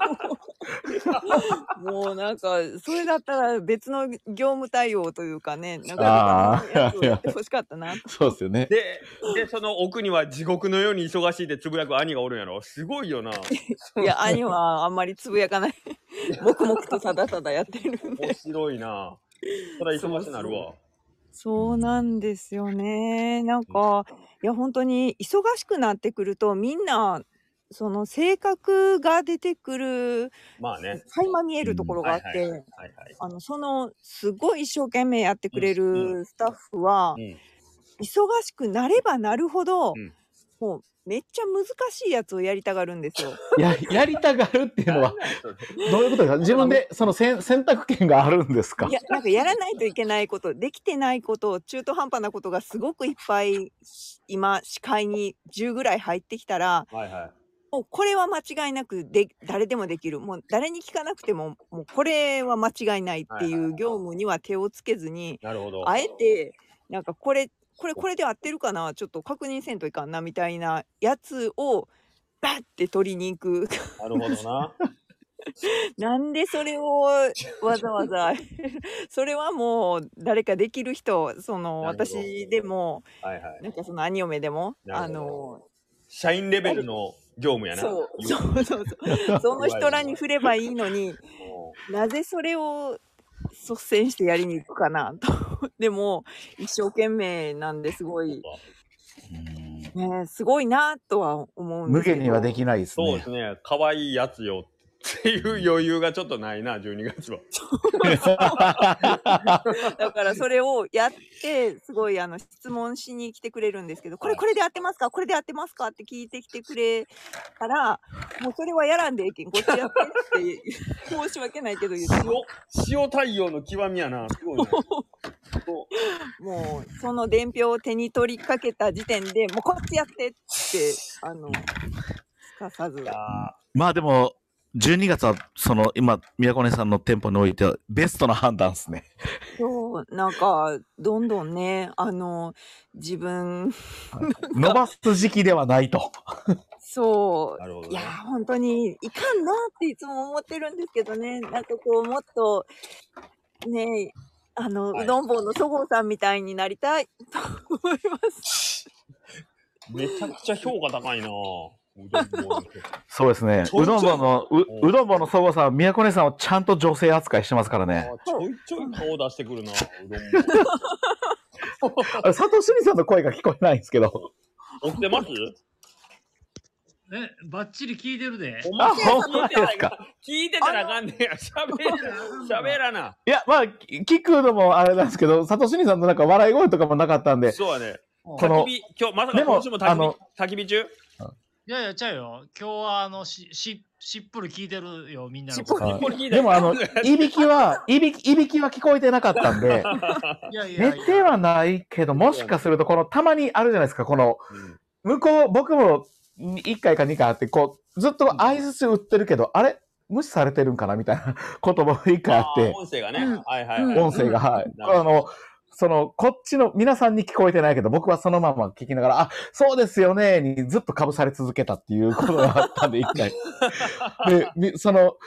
のもうなんかそれだったら別の業務対応というかねなんか
あー
やつをやってほしかったな
(laughs) そうですよね。
ででその奥には地獄のように忙しいってつぶやく兄がおるんやろすごいよない
や兄はあんまりつぶやか (laughs) ない黙々とただただやってるんで
面白いなそれは忙しくなるわ
(laughs) そうなんですよねなんかいや本当に忙しくなってくるとみんなその性格が出てくる
まあね
垣間見えるところがあって、
うんはいはい
あのそのすごい一生懸命やってくれ
うん
るスタッフは、
うん
忙しくなればなるほど、
うん
もうめっちゃ難しいやつをやりたがるんですよ。
や、やりたがるっていうのは、どういうことですか自分で、その選選択権があるんですか
いやなんかやらないといけないことできてないこと中途半端なことがすごくいっぱい今視界に10ぐらい入ってきたら
はいはい
もうこれは間違いなくで誰でもできるもう誰に聞かなくてももうこれは間違いないっていう業務には手をつけずに。
なるほど
あえてなんかこれこれこれで合ってるかなちょっと確認せんといかんなみたいなやつをバッて取りに行く
なるほどな
なんでそれをわざわざ (laughs) それはもう誰かできる人その
なるほど
私でも
はいはい
なんかその兄嫁でも
な
あ
るほ
の
社員レベルの業務やな
そうそうそう
(laughs)
そうその人らに振ればいいのに
も
なぜそれを率先してやりに行くかなとでも一生懸命なんですご
う
い。ねえ、すごいなとは思うんで
無
すけど
限にはできないです
そうで
ね
す。ね可愛いやつよっていう余裕がちょっとないな12月は
だからそれをやってすごいあの質問しに来てくれるんですけどこれこれで合ってますかこれで合ってますかって聞いてきてくれたらもうそれはやらんでええけんこっちやってって申し訳ないけど言って
塩塩太陽の極みやなす (laughs) ごいなそう
もうその伝票を手に取りかけた時点でもうこっちやってってあのすかさず
いやー
まあでも、12月は、その、今、宮古根さんの店舗においては、ベストな判断ですね。
そうなんかどんどんねあの自分
伸ばす時期ではないと。
そう
なるほど
い
ね
やー本当にいかんなっていつも思ってるんですけどねなんかこうもっとねあの、
はいう
どん坊のそごうさんみたいになりたいと思います。
(laughs) めちゃくちゃ評価高いな
うどん坊の人
そうですね。うどんぼの、う、うどんぼのそごさん、宮古姉さんをちゃんと女性扱いしてますからね。
ちょいちょい顔出してくるな。うどん
(laughs) あれ、佐藤趣里さんの声が聞こえないんですけど。
も。起きてます
え、ばっちり聞いてるで。
お
あ、
前
ほんまですか。
聞いてたらあかんねや。喋ら、喋らな。
いや、まあ、き聞くのもあれなんですけど、佐藤趣里さんのなんか笑い声とかもなかったんで、
そうやね。
こ
こ
焚
の
き、火、今日、まさ
で
か
も
今週も
あ
焚
の
き火、焚き火中
いやいや、ちゃうよ。今日は、あの、し、し、しっぽり聞いてるよ、みんなの
しっぽ
こ
り
これ聞いた
でもあの、
い
(laughs)
いびきは、いびき、いびきは聞こえてなかったんで、
と。いやいや
寝
いや。
てはないけど、もしかすると、この、たまにあるじゃないですか、この、向こう、僕も1回か2回あって、こう、ずっと相づち打ってるけど、あれ無視されてるんかなみたいなことも1回あ
あ
って
ー、音声がね
うん。
はいはい
うん
はい。
音声が、はい。
なるほど
あの、その、こっちの、皆さんに聞こえてないけど、僕はそのまま聞きながら、あ、そうですよね、にずっと被され続けたっていうことがあったんで、一回。でみ、その、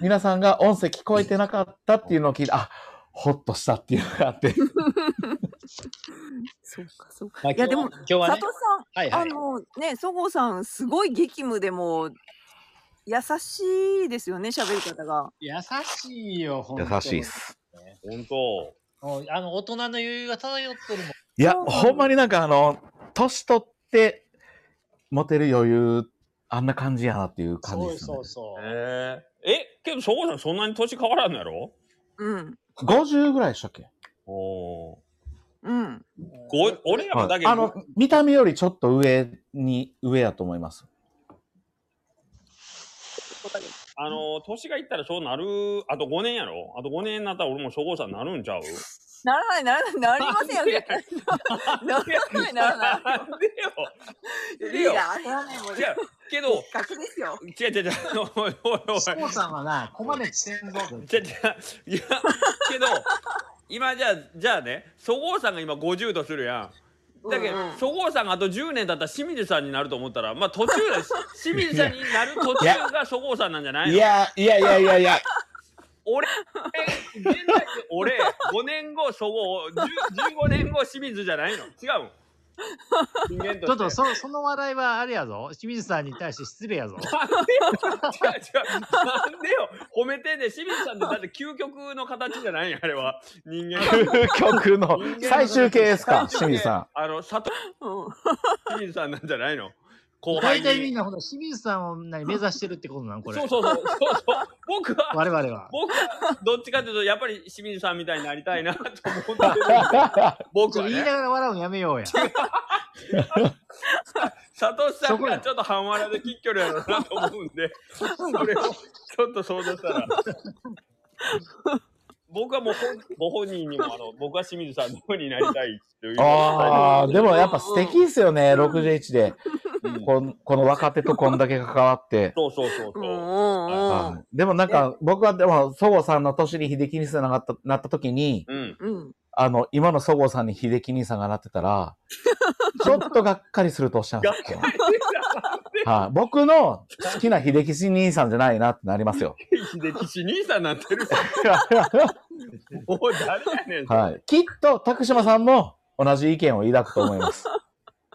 皆さんが音声聞こえてなかったっていうのを聞いて、あ、ほっとしたっていうのがあって。
そうかそうか。
まあ
いやでも
今日は
佐
ね
藤、
はい
さん、
は
あ
い。
のね、そごうさんすごい激務でも優しいですよね、喋り方が。
優しいよ、ほんと。
す。
本当。
もう。あの、大人の余裕が漂ってるもん。
いや、
そうなんだ
ほんまになんかあの、年取って、モテる余裕、あんな感じやなっていう感じ
そ
で
う
す、ね
そう。そう。
えー、え、けど、そこさんそんなに年変わらんのやろ
うん
50ぐらいでしたっけ
おお
うん。
ー。ご俺らもだけど、
あの、見た目よりちょっと上に、上やと思います。
あの、年がいったらそうなる、あと5年やろあと5年になったら俺も初号車になるんち
(laughs)
ゃう
ならないならないなりませんよ絶対。 (laughs) ならないならない。
なんでよ
リーダーならないもん
いや、けど、
格ですよ。
違う違う違う、おいおいおい。
しこさんはな、こまめしてんぞ。
じゃじゃいやけど今じゃあじゃあねそごうさんが今50とするやんだけど
うんうん
そごうさんがあと10年だったら清水さんになると思ったらまあ途中だし清水さんになる途
いや
中がそごうさんなんじゃないの
や、いやいやいやいや、
俺え現在俺5年後そごう10 15年後清水じゃないの違う人間として
ちょっと、そ、その笑いはあれやぞ。清水さんに対して失礼やぞ。
なんでよ違う違うなんでよ褒めてんで清水さんってだって究極の形じゃないんやあれは人間
曲の (laughs) 最終形ですか、清水さ
あの佐藤
うん。
清水さんなんじゃないの後輩
大体みん
に。
な、ほんと清水さんを何目指してるってことなん、これ
そう。そうそうそうそう。僕は、
我々は。
僕はどっちかというと、やっぱり清水さんみたいになりたいなと思ってる。僕
ちょっ
は
と言い
ね、
ながら笑うのやめようや。
佐藤さ
そ
ん
こ
が
や
ちょっと半笑いで切っきょるやろうなと思うんで、それをちょっと想像したら。僕はもう本ご本人にもあの僕は清水さんのようになりたいという。
ん。ああ、でもやっぱ素敵ですよね、
うん
61
う
で。
ん
こんこの若手とこんだけ関わって。
そうそうそう
う
そう。
んうん
はいでもなんか、僕はでも、そごうさんの年に秀樹兄さんがなったなった時に、
うん。
うん。
あの、今のそごうさんに秀樹兄さんがなってたら、ちょっとがっかりするとおっしゃるんですよ。はい、僕の好きな秀樹兄さんじゃないなってなりますよ。
秀樹氏兄さんになってる。もう誰やねん。
はい。きっと、徳島さんも同じ意見を抱くと思
(laughs)
います。
うんうん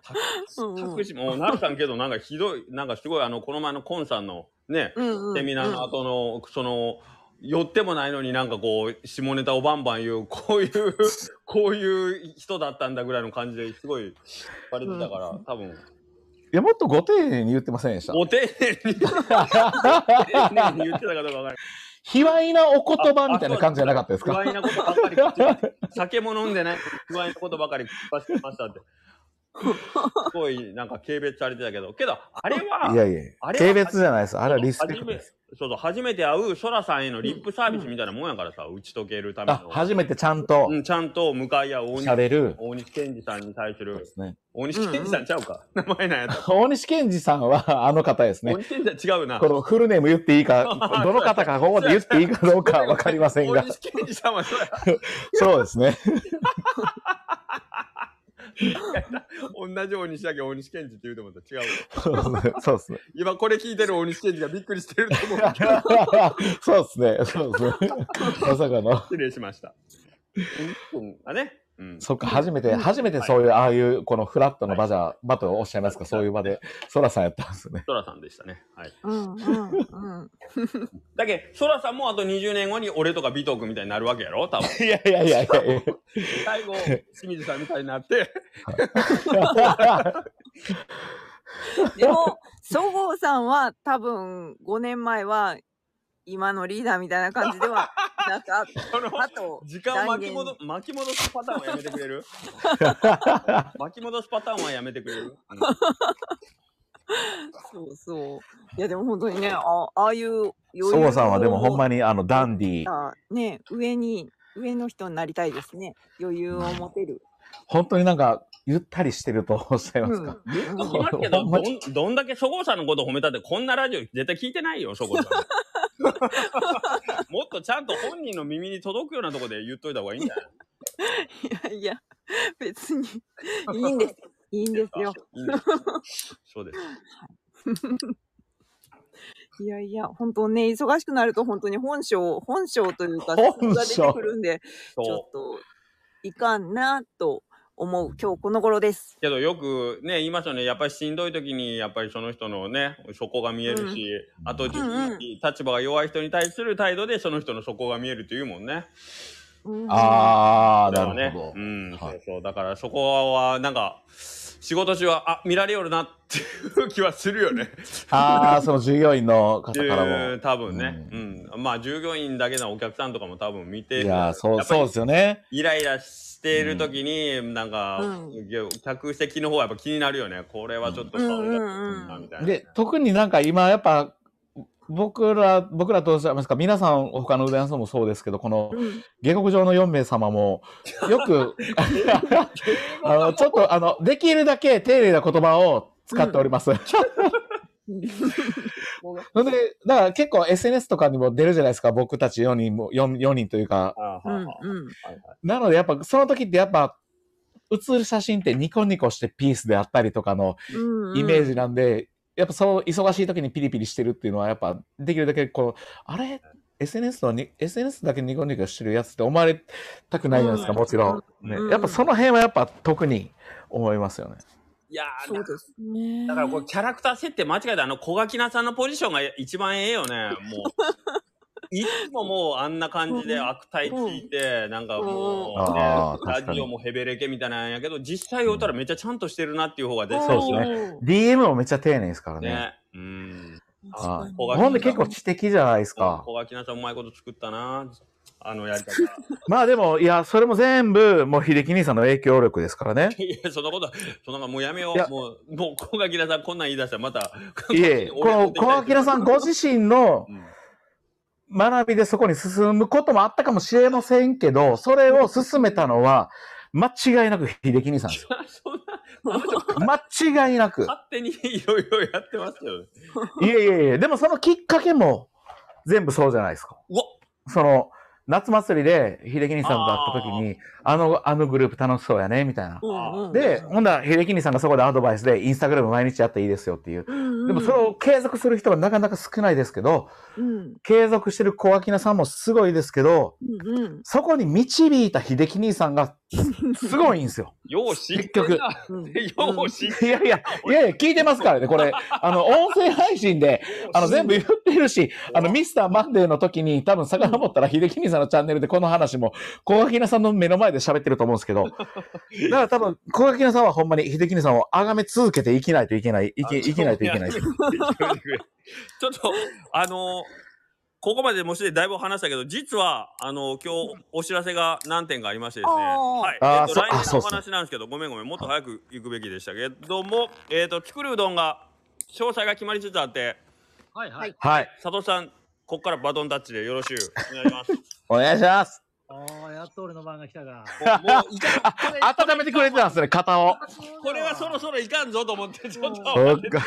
タクシーもうなるさんけどなんかひどいなんかすごいあのこの前のコンさんのね
うんうん。
セミナーの後のその寄ってもないのになんかこう下ネタをバンバン言うこういう
(laughs)
こういう人だったんだぐらいの感じですごいバレてたから多分
いや、もっとご丁寧に言ってませんでした。
ご丁寧 (laughs) に丁寧に言ってたかどうかわからない
卑猥なお (laughs) 言葉みたいな感じじゃなかったです
不
か
安なことばっかり口に酒も飲んでない不安なことばかり口走ってましたってすごいなんか軽蔑されてたけどけどあれはい
やいや
あ、れは
軽蔑じゃないです。あれはリスペクトです。
そうそう、初めて会うソラさんへのリップサービスみたいなもんやからさ、打ち解けるため
あ
の。、
初めてちゃんと
うん、ちゃんと向かい合う大西
喋る。
大西健二さんに対す
そう
る
で。すね。
大西健二さんちゃうか、名前なんやった。
大西健二さんは、あの方です
大
ね。
西健二さん違うな。
このフルネーム言っていい
(laughs)
か、どの方かここで言っていいかどうかわかりません
大
が、
西健二さんはそうや。
そうですね。
同じ大西だけど大西健二って言うと思った。違うわ。
そうですね。 (laughs)
今これ聞いてる大西健二がびっくりしてると思うけど。
そうですね。そうですね。まさかの。
失礼しました。うんあね。うん
そっか、初めて、初めてそういう、ああいう、このフラットの場じゃ、場とおっしゃいますか、そういう場で、ソラさんやったんですね。
ソラさんでしたね。はい。
うんうんうん。
だけど、ソラさんもあと20年後に俺とかビトー君みたいになるわけやろ多分。
(laughs) いやいやいやいやい
最後、清水さんみたいになって。
や。
でも、そごうさんは多分5年前は今のリーダーみたいな感じではなかっ
その。
たと
時間を巻き戻
断
巻き戻すパターンはやめてくれ
(laughs)
る巻き戻すパターンはやめてくれる、うん
そうそう。いやでも本当にね、あああいう
ソゴさんはでもほんま
に。
に、あの、ダンディー、
ね、上に、上の人になりたいですね。余裕を持てる。
本当になんか、ゆったりしてるとおっしゃいますか。
うんうん
言っときますけど、どんどんだけそごうさんのこと褒めたって、こんなラジオ絶対聞いてないよ、そごうさん。
(laughs)
もっとちゃんと本人の耳に届くようなとこで言っといた方がいいんじゃない
いやいや、別に。いいんです。いいんですよ。
いいんですかそうです。
いやいや、本当ね、忙しくなると本当に本性、本性というか、
本性
素が出てくるんで、ちょ
そ
っ
う。
と、いかんなと思う今日この頃です。
けどよくね、言いますよね。やっぱりしんどい時に、やっぱりその人のね、底が見えるし、あと、
んうん
立場が弱い人に対する態度で、その人の底が見えるというもんね。
あ。
ああ、
だか
な
らね
るほど
う。ん、
はい
そうそう。だからそこは、なんか、仕事中は、あ、見られよるなっていう気はするよね。
ああ、その従業員の方から
う
も
ん。多分ね。
う
うん。まあ、従業員だけなお客さんとかも多分見てる。
いやー、そ
や
う、
っぱり
そうですよね。
イライラしている時に、なんか、
う
客席の方はやっぱ気になるよね。これはちょっと顔が
うんうんうん
なみたいな。
で、特になんか今やっぱ、僕ら、僕らどうしますか皆さん、他のうどん屋さんもそうですけど、この
うん
下克上の4名様も、よく、あの、ちょっと、あの、できるだけ丁寧な言葉を使っております。の (laughs) で、だから結構 SNS とかにも出るじゃないですか、僕たち4人も、4, 4人というか。
あー
う
は
ん
ーはー
うん。
なので、やっぱ、その時ってやっぱ、写る写真ってニコニコしてピースであったりとかの
うんう
(laughs)
ん
イメージなんで、やっぱそう忙しい時にピリピリしてるっていうのはやっぱできるだけこうあれ SNS のに SNS だけニコニコしてるやつって思われたくないじゃないですか、
うん
もちろん、ね
うん
やっぱその辺はやっぱ特に思いますよね。
いやー
そうですね。
だからこれキャラクター設定間違えたあの小垣菜さんのポジションが一番ええよ
(laughs)
ねもういつももうあんな感じで
うん
悪態ついて、なんかも
う
うんね、
あー確か
ラ
に
ジオもヘベレケみたいなんやけど実際言うたらめっちゃちゃんとしてるなっていう方が出て
そうです
ね
DM もめっちゃ丁寧ですからね。
ねうん
あ
小
ー
垣
ほんで結構知的じゃないですか。
小垣菜さんうまいこと作ったなあのや
(laughs)
り方
まあでも、いや、それも全部、もう秀樹兄さんの影響力ですからね。
いやそんなことそんなもうやめよ
いや
うもうもう小垣菜さんこんなん言い出したらまた
い
(laughs)
え、この小明さんご自身の
うん
学びでそこに進むこともあったかもしれませんけど、それを進めたのは、間違いなく秀樹兄さ
(laughs)
んです。
そんな
間違いなく。
勝手にいろいろやってますよね
いえいえいえ、でもそのきっかけも、全部そうじゃないですか。
うわ
その、夏祭りで秀樹兄さんと会った時に、あの、あのグループ楽しそうやね、みたいな。
うんうん
で、ほんだら秀樹兄さんがそこでアドバイスで、インスタグラム毎日やっていいですよっていう。
うん
でもそれを継続する人はなかなか少ないですけど、
うん
継続してる小脇菜さんもすごいですけど、
うんうん
そこに導いた秀樹兄さんがすごいんですよ。
(laughs) よう知ってんな。
うん
(laughs)
よう知っ
いやいや、いやいや、聞いてますからね、これ、あの、音声配信で、あの、全部言ってるし、あの、ミスターマンデーの時に、多分遡ったら、秀樹兄さんのチャンネルでこの話も、小垣菜さんの目の前で喋ってると思うんですけど、だから多分、小垣菜さんはほんまに秀樹兄さんを崇め続けていきないといけない、いけ、いけないといけない。
ちょっと、あのここまでもうしてだいぶ話したけど、実は、あの今日お知らせが何点かありましてですね。
あー
はい。
あー
えっと、
そ
来
あ
年
そ
の
う
お
そう
話なんですけど、ごめんごめん、もっと早く行くべきでしたけども、えっ、と、作るうどんが、詳細が決まりつつあって、
はいはい。
はい。
佐藤さん、ここからバトンタッチでよろしゅうお願いし
(laughs)
ます。
お願いします。
ああ、やっと俺の番が来たか。
もうもういかん
温めてくれてたんですね、肩を。
これはそろそろいかんぞと思って、ちょっと。 (laughs)
そっか。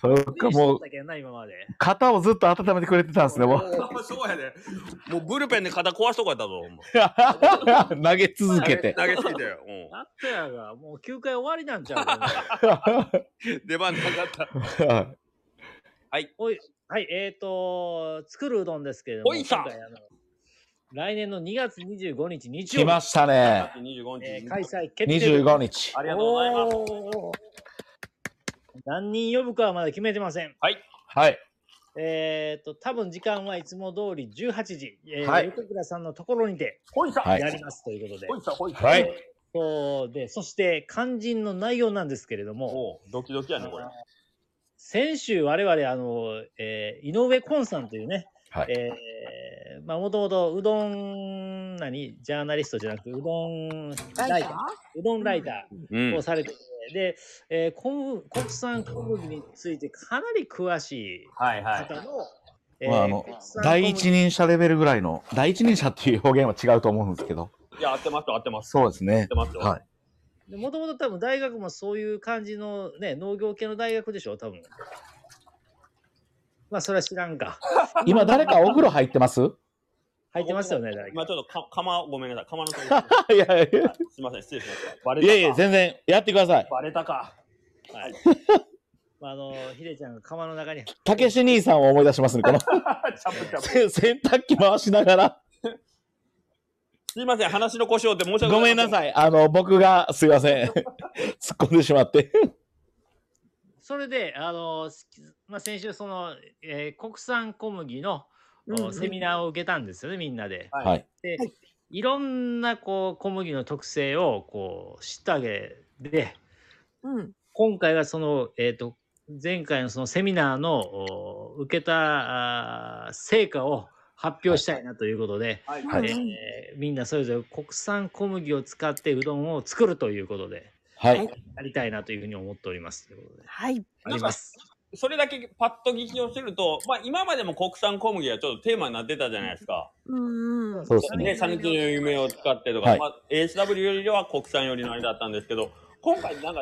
そっか、もう
だ、けんな、今まで。
肩をずっと温めてくれてたんですね、もう。
そうやで、もうブルペンで肩壊しとこやったぞ、ほん
(laughs)
ま
投げ続けて。
投げすぎて。うん
やっとやが、もう9回終わりなんちゃうか
(laughs)
な。
出番なかった。
はい、えっ、と、作るうどんですけれども、
おいさん
今回あの
来年の2月25日日曜
来ま
日、
したね。
25日、
えー開催決定で
25日。
ありがとうございます。
おー何人呼ぶかはまだ決めてません。
はい。
えっ、と、多分時間はいつも通り18時、えー
はい
横倉さんのところにて
ほいさ、
はい
やりますということで。
ほいさ、ほいさ。
はい。
そうで、そして肝心の内容なんですけれども、
おうドキドキやね、これ。
先週我々、あの、えー井上昆さんというね、
はい。
えーまあ、もともとうどん、何、ジャーナリストじゃなくて、うどんライター、うどんライタ
う
ーを
ん。
されてて、で、えー昆布国産小麦についてかなり詳しい
はいは
方
い。
の、
まあ、あの
国産小、麦
第一人者レベルぐらいの、第一人者っていう表現は違うと思うんですけど。
いや、合ってますよ、合ってます。
そうで
合
す
っ
ね。
てますよ。
はい。
もともと多分大学もそういう感じのね、農業系の大学でしょ、多分。まあ、それは知らんか。
今、誰かお風呂入ってますい
入ってますよね、大学。
今ちょっとか、釜、ごめんなさい。釜のとこ
(laughs) やいやいや
すいません、失礼しました。バレ
い
たか。
やいや、全然、やってください。
バレたか。
はい。まあ、あの、ヒデちゃんが釜の中に、
たけし兄さんを思い出しますね、こ
(laughs)
の。 (laughs)
チャプチャプ。
せ洗濯機回しながら。
すいません、話の故障で申し訳。
ごめんないさい。あの、僕が、すいません。 (laughs) 突っ込んでしまって。
それで、あの、すまあ、先週、その、えー国産小麦の、
う
お
んうん
セミナーを受けたんですよね、みんなで。
はい
はい。
で、いろんな、こう、小麦の特性を、こう、知ったわけで、
うん。
今回はその、えっ、と、前回のそのセミナーのお受けたあー成果を発表したいなということで、
はい。
はい
えーみんなそれぞれ国産小麦を使ってうどんを作るということで、
はい。
やりたいなというふうに思っております。ということで
はい。
あります。
それだけパッと聞きをすると、まあ今までも国産小麦はちょっとテーマになってたじゃないですか。
うんうん。
そうですね。
ね、讃岐の夢を使ってとか、
はい
まあ ASW よりは国産よりのあれだったんですけど、今回なんか、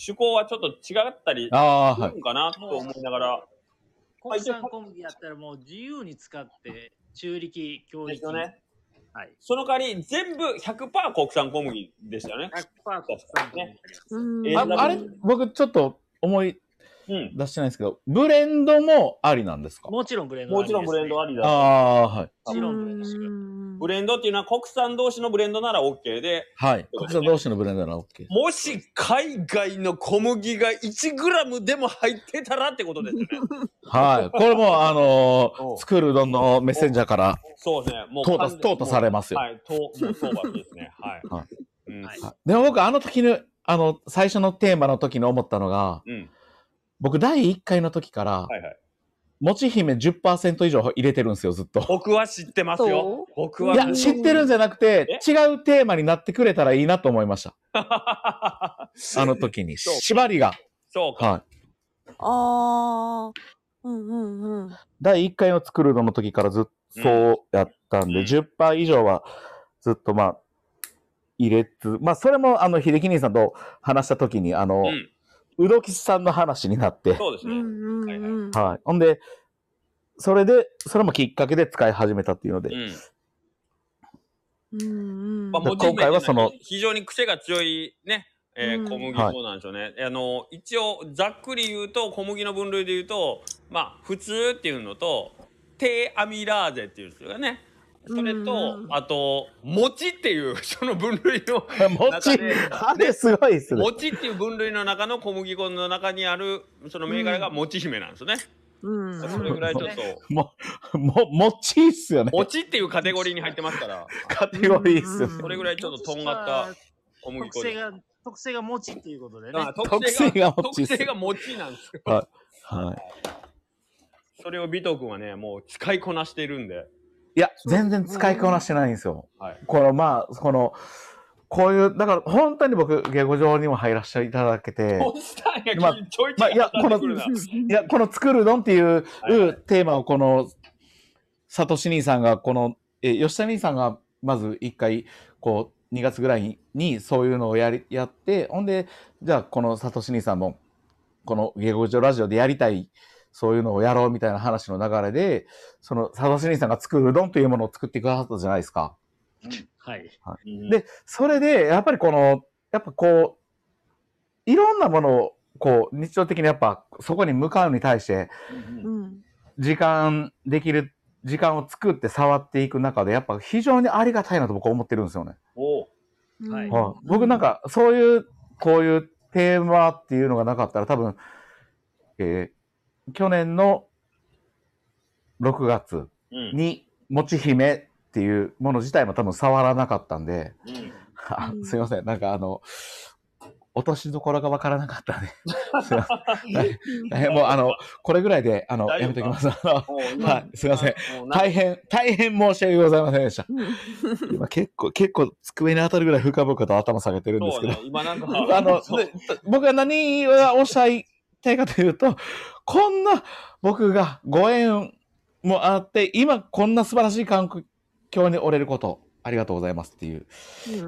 趣向はちょっと違ったり
ああー、
す
はい
る。んかなと思いながら、
国産小麦やったらもう自由に使って、中力、強
です
力。
よね。
はい。
その代わり全部100%国産小麦でしたよね。
100%国産小麦になります。
うん
ああれ僕ちょっと思い
うん。
出してないんですけど、ブレンドもありなんですか
もちろんブレンド
もちろんブレンド
は
ありだ
あ。あ、はい。
もちろんブレンドします
ブレンドっていうのは国産同士のブレンドなら OK で、
はい。国産同士のブレンドなら OK。
もし海外の小麦が1グラムでも入ってたらってこと
(laughs)
ですよね。
はい。これも、あの
お
ー、
う
スクールどんのメッセンジャーから
そうですね。もう
淘
完
汰、
全
淘汰されますよ。
はい、と、もう討伐ですね。はい。
(laughs) は
うん
はい
はいでも僕、あの時の、あの、最初のテーマの時に思ったのが、
うん。
僕、第1回の時から、
はいはい。
もち姫10%以上入れてるんですよ、ずっと。
僕は知ってますよ。僕
い
は
や、知ってるんじゃなくて、違うテーマになってくれたらいいなと思いま
(laughs)
した。あの時に。
そう
縛りが。
そうか。
はい。
ああ。うんうんうん。
第1回の作るのの時からずっとそうやったんで、
うん
10%以上はずっとまあ入れつまあそれもあの秀樹兄さんと話した時にあの、
うん。
うどきさんの話になって、
そうです
う
ね。
んうんうん。
はい、ほんでそれでそれもきっかけで使い始めたっていうので、
うん。
うんうん
まあ、
で
文字
今回はその
非常に癖が強いね、えー
うん
小麦
はい
そうなんでしょうね、あの一応ざっくり言うと小麦の分類で言うとまあ普通っていうのと低アミラーゼっていうんですよねそれと、
うん
あと餅っていう (laughs) その分類の
(laughs) もちあれすごいっすね
餅っていう分類の中の小麦粉の中にあるその銘柄が餅姫なんですよね、
うん
それぐらいちょっと
もももちいっすよね
餅っていうカテゴリーに入ってますから
カテゴリーっすよね
それぐらいちょっととんがった小麦
特
粉
性
で
が、特性が持ちっていうことでね。
あ
特性が
特
餅
性が餅なんですよ
はい、
それを尾藤君はね、もう使いこなしているんで。
いや全然使いこなしてないんですよ、
はい。
このまあこのこういうだから本当に僕下語場にも入らせていただけて
モンスターが
まあ
君ちょいち
ま
ょ
あ
い
いや
当たってくるな。
いやこの「作る丼」っていう
はいは
テーマをこのサトシ兄さんがこのえ吉田兄さんがまず一回こう2月ぐらいにそういうのをやりやってほんでじゃあこのサトシ兄さんもこの下語場ラジオでやりたいそういうのをやろうみたいな話の流れでそのサトシ兄さんが「作る丼」というものを作ってくださったじゃないですか。
はい。
うん
で、それで、やっぱりこの、やっぱこう、いろんなものを、こう、日常的にやっぱそこに向かうに対して、
うん
時間できる時間を作って触っていく中で、やっぱ非常にありがたいなと僕は思ってるんですよね。
おう
うん
はい
はい僕なんか、そういう、こういうテーマっていうのがなかったら、多分、えー去年の6月
うん
に、もち姫っていうもの自体も多分触らなかったんで、
うん
あ
うん
(laughs) すいません、なんかあの、落としどころがわからなかっ
(laughs)
たね。すいませんはい大変。もうあの、これぐらいで、あの、
大丈夫か
やめときます。あの
おう
(laughs) はい、すいません。。
(laughs)
もうな
大変、大変申し訳ございませんでした。
うん
今結構、結構机に当たるぐらい深々と頭下げてるんです
そう
けど
ね、。今なんか、
あの、
そう
で僕が何がおっしゃいたいかというと、こんな僕がご縁もあって、今こんな素晴らしい環境におれること、ありがとうございますっていうこ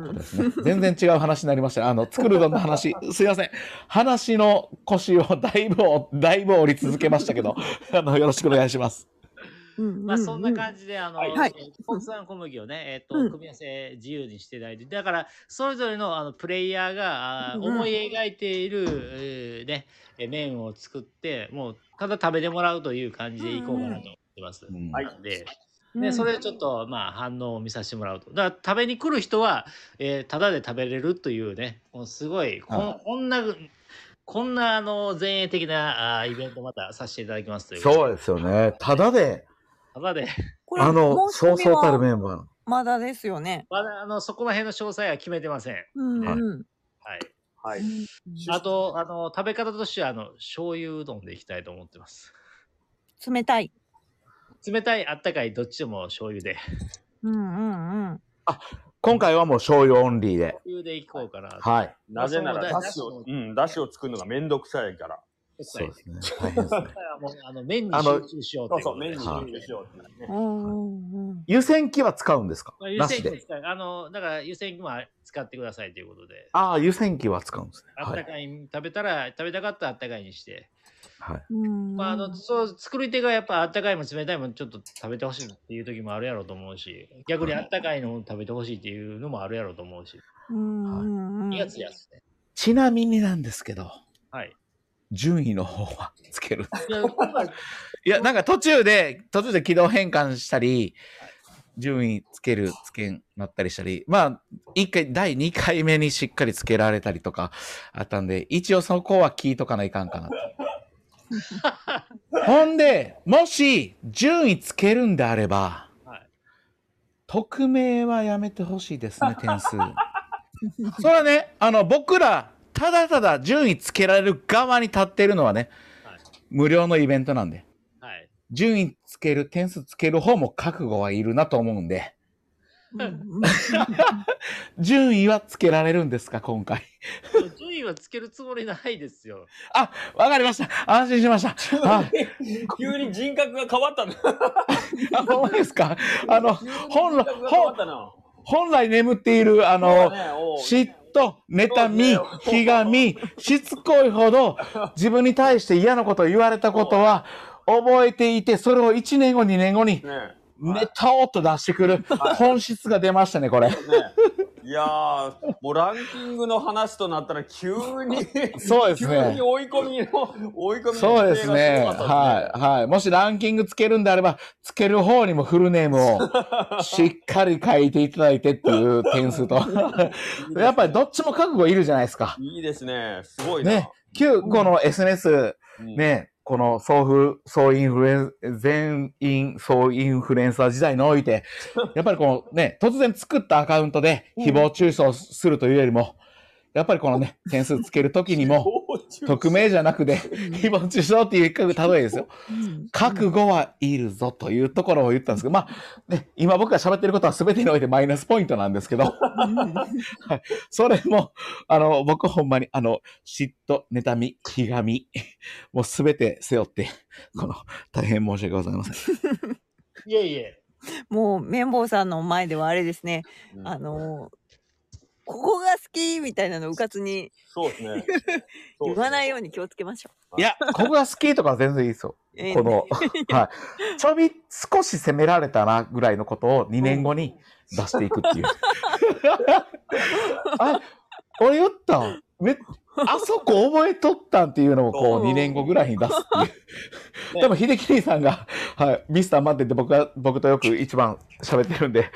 とですね。全然違う話になりました。あの、作るのの (laughs) 話、すいません。話の腰をだいぶ、だいぶ折り続けました (laughs) けど、あの、よろしくお願いします。
うん
まあそんな感じで、あの、
はい
はい
国産小麦をね、えっ、と、
うん
組み合わせ自由にしていただいて、だから、それぞれのあのプレイヤーがあー
うん
思い描いている、えーね、えー麺を作って、もう、ただ食べてもらうという感じでいこうかなと思ってます。
うん
はい
なんで、
う
ね、
ん
それをちょっと、まあ、反応を見させてもらうと。だから、食べに来る人は、えー、ただで食べれるというね、もうすごい、こん
は
こんな、こんな、あの、前衛的なあーイベントまたさせていただきますという。
そうですよね。ただで、
ただで、
これ
あの、
申し込み
そうそうたる
は
メンバーの。
まだですよね。
まだあのそこら辺の詳細は決めてません。
うん
はい
うん
はい。
はい。
あと、あの食べ方としてはあの醤油うどんでいきたいと思ってます。
冷たい。
冷たい、あったかい、どっちでも醤油で。
うんうんうん。
今回はもう醤油オンリーで。
醤油でいこうかな。
はい。
なぜなら、
ま
だ
あ
し
そう
を、う
だ
ん、だしを作るのがめんどくさいから。
そう
今
ですね。大変ですね。
回はもうあの麺に
あの
集中しようと
そう
いう
そ
こ
う、
と
メニュー
で
にしようってね。
うんうんうん。
湯煎機は使うんですか
まあ湯
な
煎
し
機
で
で。すからあのだから湯煎機も使ってくださいということで。
ああ、湯煎機は使うんですね。
あっ
は
た
い。
かい、食べたら食べたかったらあったかいにして、
はい、
うん
まあ、あのそう作り手がやっぱあったかいも冷たいもちょっと食べてほしいっていう時もあるやろうと思うし逆にあったかいのを食べてほしいっていうのもあるやろうと思うし
うんうんうん
2月やすね
ちなみになんですけど、
はい。
順位の方はつける。
いや、今回
いや、なんか途中で、途中で軌道変換したり、順位つける、つけんなったりしたり、まあ、一回、第2回目にしっかりつけられたりとかあったんで、一応そこは聞いとかないかんかな
(laughs)
と。ほんで、もし、順位つけるんであれば、
はい
匿名はやめてほしいですね、点数。それはね、あの、僕ら、ただただ順位つけられる側に立ってるのはね、
はい
無料のイベントなんで。
はい。
順位つける、点数つける方も覚悟はいるなと思うんで、
うん
順位はつけられるんですか、今回。
順位はつけるつもりないですよ。
あ、わかりました。安心し
(laughs)
ました。あ、
急に人格が変わったな。
あほんまですか。あの、
急に人
(laughs) 本来
格が変わったな。
本来眠っている、あ
そうだ
の、
ねおう
嫉妬、妬み、ひがみ、しつこいほど自分に対して嫌なことを言われたことは、覚えていて、それを1年後、2年後に、
ね
ネタをっと出してくる本質が出ましたね、これ。
ねいやー、もうランキングの話となったら急に、
そうですね
急に追い込みの、追い込みの
そうですね。
規定がごかった
はい。はい。もしランキングつけるんであれば、つける方にもフルネーム (laughs) をしっかり書いていただいてっていう点 (laughs) 数と。やっぱりどっちも覚悟いるじゃないですか
です。ねいいですね。すごいな。
ね。旧、この SNS、
うん、
ね、この総風、総インフルエン、全員総インフルエンサー時代におい (laughs) て、やっぱりこのね、突然作ったアカウントで誹謗中傷するというよりも、やっぱりこのね、点数つけるときにも、匿名じゃなくて、誹謗中傷っていう一角例えですよ。
うん
覚悟はいるぞというところを言ったんですけど、まあ、ね、今僕が喋ってることは全てにおいてマイナスポイントなんですけ (laughs) ど、それも、あの、僕ほんまに、あの、嫉妬、妬み、ひがみ、もう全て背負って、この、大変申し訳ございません。
いえいえ。
もう綿棒さんの前ではあれですね。
うん
あのここが好きみたいなのうかつに
そうですね。
言わない
よ。
ように気をつけましょ
(laughs) いや、ここが好きとか全然いいですよ。
う。えー
こ
(laughs)
の、はい。ちょび、少し責められたな、ぐらいのことを2年後に (laughs) 出していくっていう。あ、俺言っためあそこ覚えとったんっていうのをこ
そう
う2年後ぐらいに出すっていう。多分秀樹兄さんが、はい、ミスター待ってって僕は、僕とよく一番喋ってるんで、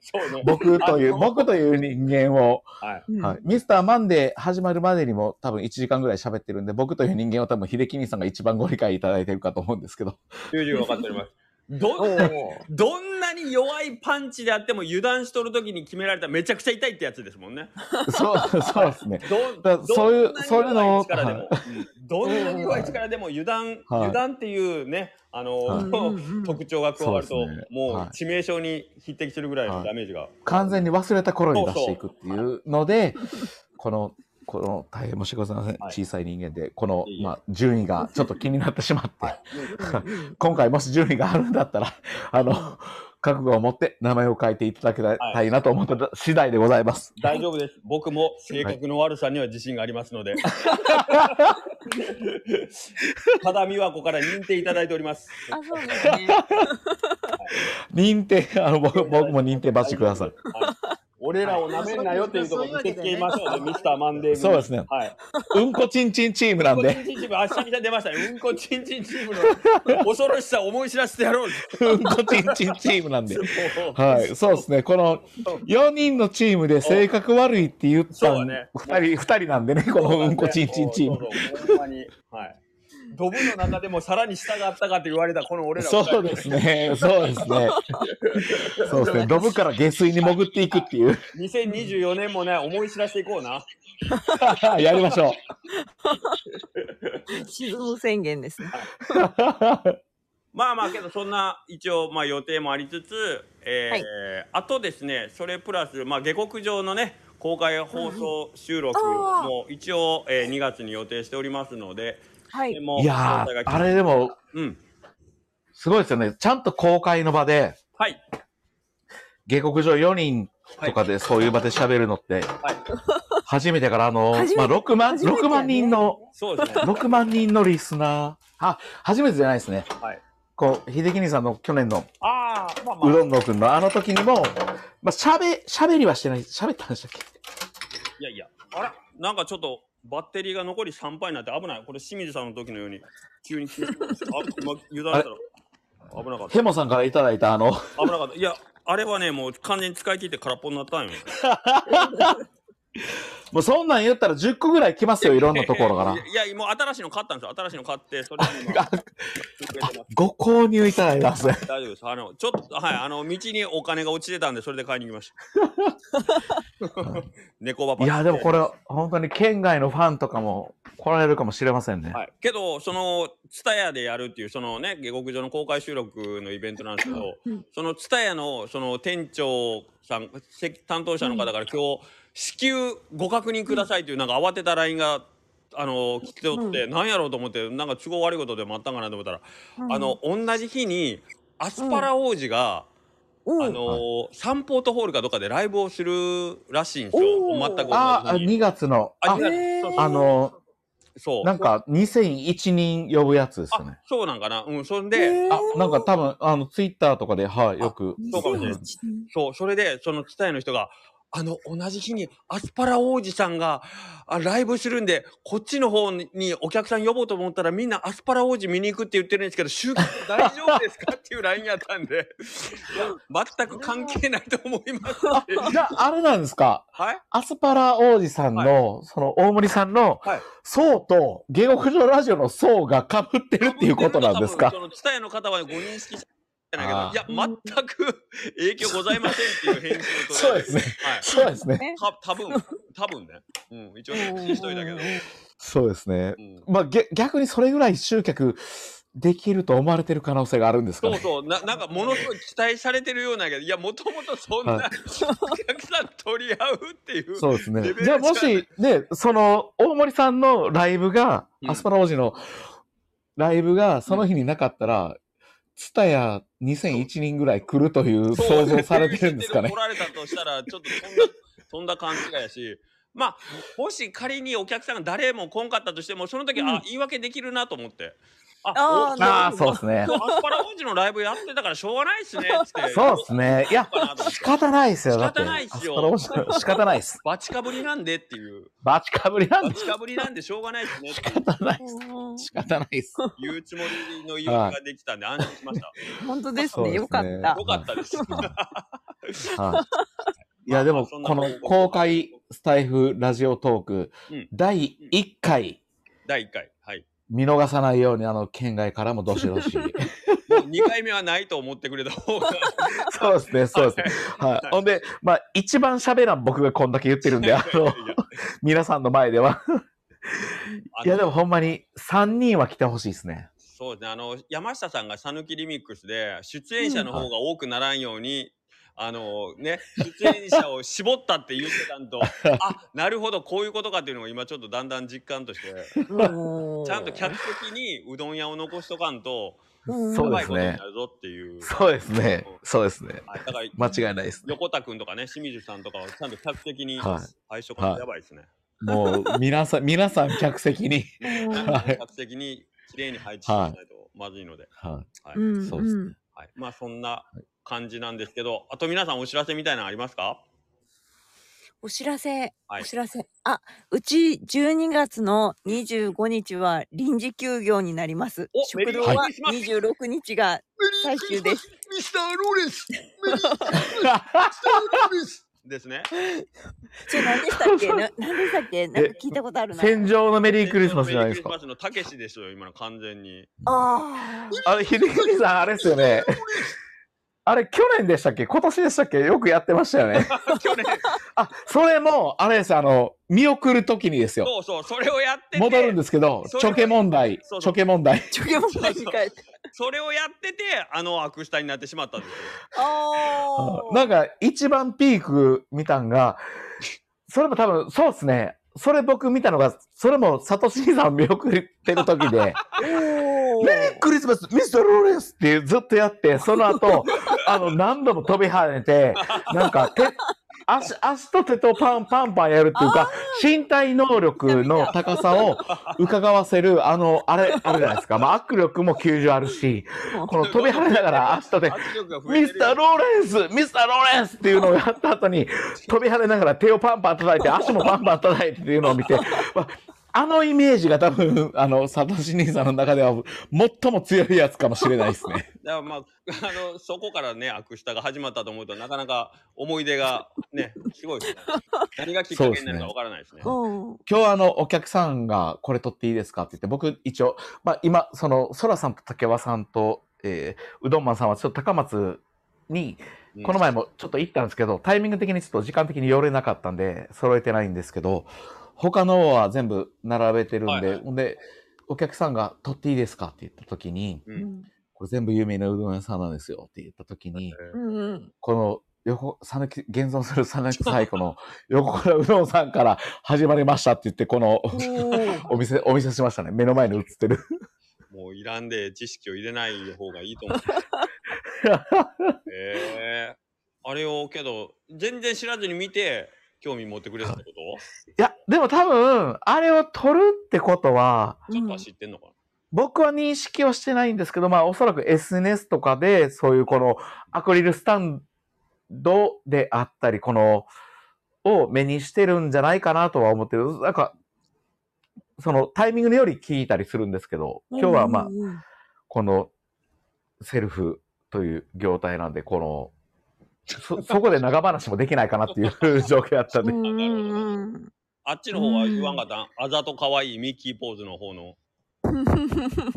そうね
僕という、
あ
僕という人間を、
はい。
うん
はい、ミスターマンデー始まるまでにも多分1時間ぐらい喋ってるんで、僕という人間を多分秀樹兄さんが一番ご理解いただいてるかと思うんですけど。
重々分かってお
(laughs)
ります。どんどんなに弱いパンチであっても油断しとる時に決められたらめちゃくちゃ痛いってやつですもんね。
(laughs) そう、そうですね。
どん
だ
どん
そういう
なに
そういう
弱
のを
い力でも、うんどんなに弱い力でも油断、
はい
油断っていうね、あの、
はい
(laughs) 特徴が加わると、
そうですね
もう
はい
致命傷に匹敵するぐらいのダメージが。
完全に忘れた頃に出していくっていうので、この、この大変申し訳ございません。
はい
小さい人間で、この
いえい、え
まあ、順位がちょっと気になってしまって、 (laughs) 今回もし順位があるんだったら、あの、覚悟を持って名前を変えていただきたいなと思った次第でございます。
大丈夫
(laughs)
です。僕も性格の悪さには自信がありますので。ただ美和子から認定いただいており
(laughs)
ます。
あ、そうですね。
認定、あの、僕僕も認定バッジください。
はい。俺らをなめんなよっていうところ見せつけましょうね、ミスターマンデー組。
そうですね
はい。
うんこちんちんチームなん
うんこち
で、
んちんチーム、あ、久々出ましたね。うんこちんちんチームの恐ろしさを思い知らせてやろう。
うんこちんちんチームなんで。
もう
はい、そうですね。この4人のチームで性格悪いって言った
そうだ
ん
ね
2人、二人なんでね、このうんこちんちんチーム。
そうそうほんまに。はい。ドブの中でもさらに下があったかって言われたこの俺ら二人
そうですね、そうですね。そうですね、ドブから下水に潜っていくっていう。 (laughs)
2024年もね、思い知らせていこうな。
やりましょう。
沈む宣言ですね。
まあまあけどそんな一応まあ予定もありつつ、えー
はい
あとですねそれプラスまあ下克上のね公開放送収録
あー
も一応、えー、2月に予定しておりますので、
はい
で。も
いや
詳細が
ー、
来て
あれでも、
うん
すごいですよね。ちゃんと公開の場で、
はい
下克上4人とかでそういう場で喋るのって、
はい
初めてからあの、まあ
初めて
6万、
初めてやね
6万人 (laughs) の、
そうですね
6万人のリスナー。あ、初めてじゃないですね。
はい
こう、秀樹兄さんの去年の
ああまあ
う
まあ
どんのくんのあの時にも、まあ、しゃべ、しゃべりはしてない、しゃべったんでしたっけ
いやいやあらなんかちょっとバッテリーが残り3杯になって危ないこれ清水さんの時のように急に急にあ今油断したら危なかった
ヘモさんからいただいたあの、
危なかったいやあれはねもう完全に使い切って空っぽになったんよ
もうそんなん言ったら10個ぐらい来ますよ、いろんなところから。
いやいや、もう新しいの買ったんですよ。新しいの買って、それを今
(laughs) あご購入いただいたん
(laughs)
ですね。
大丈夫です。あの、ちょっと、はい、あの、道にお金が落ちてたんで、それで買いに行きま
(laughs)
した。猫ババ
いや、でもこ
れ。
れ、本当に県外のファンとかも来られるかもしれませんね。
はい。けど、その、ツタヤでやるっていう、そのね、下剋上の公開収録のイベントなんですけど、そのツタヤの、その店長さん、せ担当者の方から今日、至急ご確認くださいっていう、なんか慌てた LINE が、あの、来ておって、なんやろうと思って、なんか都合悪いことでもあったんかなと思ったら、あの、同じ日に、アスパラ王子が、
うん、
あのーサンポートホールかどっかでライブをするらしいんですよ。
おー
全く
あ、あ
同じ日に。
2月の、
あ
あ
二月、
へー
そう
あの、
そう。
なんか2001人呼ぶやつですよね
あ。、そうなんかな。うん、そん
へ
で、
ー
あ、なんか多分、あの、ツイッターとかで、はい、よく。
そうかもしれないそう、それで、その伝えの人が、あの、同じ日にアスパラ王子さんが、あライブするんで、こっちの方にお客さん呼ぼうと思ったら、みんなアスパラ王子見に行くって言ってるんですけど、集客大丈夫ですかっていうラインやったんで、いや全く関係ないと思いますって。
じゃあ、あれなんですか
はい
アスパラ王子さんの、その大森さんの
はい
層と、下克上ラジオの層が被ってるっていうことなんですか
その伝えの方はご認識じゃない
あ
けど、いや、全く影響ございませんっていう返信を。
そうですすね。
はい。
そうですね。
た多分多分ね。うん、一応確認しといたけど。
そうですね
う。ん
まあ、げ逆にそれぐらい集客できると思われてる可能性があるんですか
そう
ね。
そうな、 (laughs) なんかものすごい期待されてるようなんやけど、いや、もともとそんな、
は
お客さん取り合うって (laughs) いう。
そうです
レ
ね
ベ。ル
じゃあ
違う
もしね、その大森さんのライブが、
うん
アスパラ王子のライブがその日になかったら、ツタヤ2001人ぐらい来るという想像されてるんで
(laughs)
すかね
取。られたとしたら、ちょっとそんな、そんな勘違いやし。まあ、もし仮にお客さんが誰も来んかったとしても、その時、あ、言い訳できるなと思って。
あー
お
ああ、そうですね。
今日アスパラ王子のライブやってたからしょうがないっすねっつって。
そうですね。いや、仕方ないですよ。だって
仕方ないっすよ
アスパラ王子仕方ないです。
バチかぶりなんでっていう。
バチかぶりなん
バ
で
チかぶりなんでしょうがないっすねって
仕方ない。
うん
仕方ないです。
いうつもりの言い訳ができたんで安心しました。
本当です
そうです
ね。
ね
よかった
あ
よ。かったです。
(laughs) はいいや、でも、
そんな
この公開スタイフラジオトーク
うん、
第1回、
第1回。はい。
見逃さないように、あの、県外からもどし
(laughs)
どし。
もう2回目はないと思ってくれた方が。
そうですね、 (laughs) そうですね。はい。ほんで、まあ、一番喋らん僕がこんだけ言っ
(laughs)
てるんで、あの、皆さんの前では。いや、でもほんまに、3人は来てほしいですね。
そうですね。あの、山下さんがさぬきリミックスで、出演者の方が多くならんように、あのね、出演者を絞ったって言ってた
(laughs)
んと、あ、なるほど、こういうことかっていうのを今ちょっとだんだん実感として、
うん
ちゃんと客席にうどん屋を残しとかんと、
うん
そう
や
で
ばい
す
ことにな
ね。
るぞっていう。
そうですね。そうですね。
はいだから、
間違いないですね。
横田君とかね、清水さんとかはちゃんと客席に
はい
配色が
はい
やばいですね。
もう、
(laughs)
皆さん、皆さん客席に。はい
客席に綺麗に配置しないとまずいので。 (laughs)
は
はい
うん
い。そうですね。
はい、まあそんな感じなんですけど、あと皆さんお知らせみたいなのありますか
お知らせ、
はい
お知らせ。あ、うち12月の25日は臨時休業になります
お。メリ
食
ー
堂は
クリスマス
26日が最終です。
ミスターローレンス。
ですね。
それ何でしたっ
(laughs)
けな何でしたっけなんか聞いたことあるな。
戦場のメリークリスマスじゃないで
メ
す
リ
か
ークリスマ。スのたけしですよ、今の完全に。
あ
(laughs) あれ、秀樹さん、あれですよね。あれ、去年でしたっけ今年でしたっけよくやってましたよ
(laughs)
ね。
去
(laughs)
年、
あ、それも、あれです、あの、見送るときにですよ。
そうそう、それをやってて、
戻るんですけど、
それ
チ
は
ョケ問題
そう、
チ
そう
ョケ問題。
あ、ちょけもないに変えて。
それをやってて、あの悪下になってしまったんですよ。
ああ。
なんか、一番ピーク見たんが、それも多分、そうですね。それ僕見たのが、それも、サトシーさん見送ってる時
(laughs)
で、
おー
メリークリスマス、ミスターローレンスってずっとやって、その後、あの、何度も飛び跳ねて、なんか、手、足、足と手とパンパンパンやるっていうか、身体能力の高さを伺わせる、あの、あれ、あれじゃないですか。まあ、握力も90あるし、この飛び跳ねながら足と手、
圧力が増えてる
ミスターローレンスミスターローレンスっていうのをやった後に、飛び跳ねながら手をパンパン叩いて、足もパンパン叩いてっていうのを見て、 (laughs) まあのイメージが多分、 (laughs) あの、サトシ兄さんの中では最も強いやつかもしれないですね。
だからまあ、 (laughs) あの、そこからね、悪下が始まったと思うと、なかなか思い出がね、すごいですね。何がきっかけになるかわからないですね。
うん。
今日あの、お客さんがこれ撮っていいですかって言って、僕一応、まあ今、その、ソラさんと竹輪さんと、えーうどんまんさんはちょっと高松に、
うん
この前もちょっと行ったんですけど、タイミング的にちょっと時間的に寄れなかったんで、揃えてないんですけど、他のは全部並べてるん
はいは
で、
い
ほんで、お客さんが撮っていいですかって言った時に、
う。
うんん。
これ全部有名なうどん屋さんなんですよって言った時に、
うん。
この横、さぬき、現存するさぬき最古の横倉うどんさんから始まりましたって言って、この、
おー
お見せ、お見せしましたね。目の前に映ってる。
もういらんで知識を入れない方がいいと思う。ええあれをけど、全然知らずに見て、興味持ってくれたってこ
いや、でも多分、あれを撮るってことは、
とちょっとは知ってんのかな、
僕は認識はしてないんですけど、まあおそらく SNS とかで、そういうこのアクリルスタンドであったり、この、を目にしてるんじゃないかなとは思ってる。なんか、そのタイミングにより聞いたりするんですけど、今日はまあ
う、んうん
このセルフという業態なんで、この、そ、そこで長話もできないかなっていう状況だったんで。
うんうんうん。
あっちの方は言わんかったんあざとかわいいミッキーポーズの方の、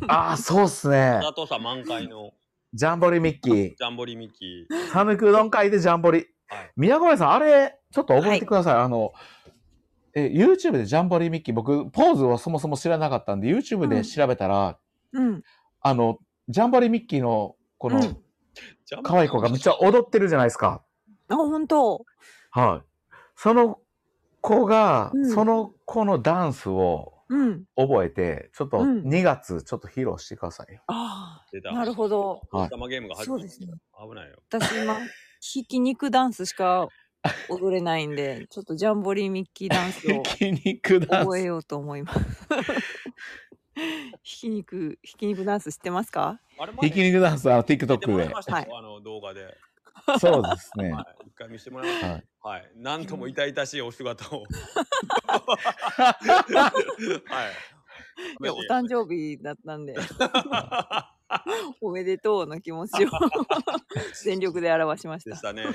ああ、そうっすね
あ。ざとさ満開の
ジャンボリミッキー
ジ。ャンボリミッキ
サヌクうどん会でジャンボリ。
はい
宮古屋さん、あれ、ちょっと覚えてください。あの、え、YouTube でジャンボリミッキー、僕、ポーズをそもそも知らなかったんで、YouTube で調べたら、
うん。
あの、ジャンボリミッキーの、この
う、ん
ー。
可愛い子がめっちゃ踊ってるじゃないですか。
あ、本当。
はい。その子が、
うん
その子のダンスを
うん。
覚えて、ちょっと
うん
2月、ちょっと披露してくださ
(laughs)
いよ。
あ
出た
あ。なるほど。
お日様ゲームが始ま
そう
る
ですね。
危ないよ。
私今、ひき肉ダンスしか踊れないんで、ちょっとジャンボリーミッキーダンスを
筋肉ダン
覚え
ス。
ようと思います。 (laughs) ひき肉、ひき肉ダンス知ってますか。
あれも
ひき肉ダンス、あの、
見て
TikTok
もらい
で
ま。したよ
は
あの動画で。
そうですね。
はい、一回見せてもらいました。
はい
はい、なんとも痛々しいお姿
(laughs)
を。はい。
いや、お誕生日だった
(laughs)
んで、おめでとうの気
(laughs)
持ちを全力で表しまし
で
た
し。たね。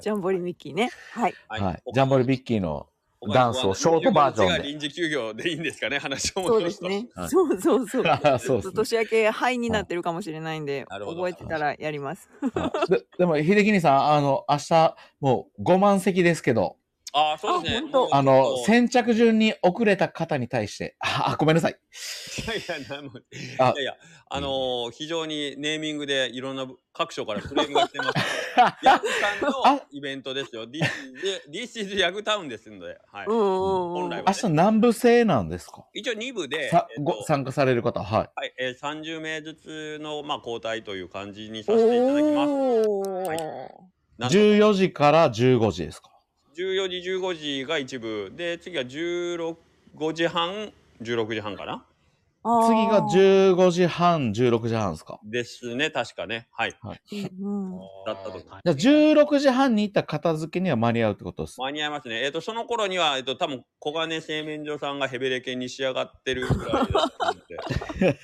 ジャンボリミッキーね。はい。
はい。ジャンボリビッキーの
他
ダンスをショートバージョンで
他の臨時休業でいいんですかね、話を
そ
戻
うですす
と。
ね
は。い
そうそうそう。
あ (laughs) そう
ちょっと
です
年明け灰になってるかもしれないんで、
なるほど
覚えてたらやります。
ね。 (laughs) ででも、秀樹兄さん、あの、明日、もう5万席ですけど、
ああ、そうです
あ
ね
本。当
もう
あの、
い
先着順に遅れた方に対して、あ、あごめんなさい。
やいや、なんもい
あ
やいや、あのー非常にネーミングでいろんな各所からクレームが来てます。ヤグさんのイベントですよ。This is, This is ヤグタウンですので、はい。
うんうんうん。
本来は
(laughs) 明日南部制なんですか
一応2部で、
さ
えっと
ご参加される方、はい。
はい、えー、30名ずつの、まあ、交代という感じにさせていただきます。
おー
はいなんと
14時から15時ですか
14時、15時が一部、で、次は16、5時半、16時半かな
あー
次が15時半、16時半ですか
ですね、確かね。はい。
うんうん
だったと思う
じゃあ16時半に行った片付けには間に合うってことです。
間に合いますね。えっ、と、その頃には、えっ、と、多分小金製麺所さんがヘベレケに仕上がってるぐらいだと思うんで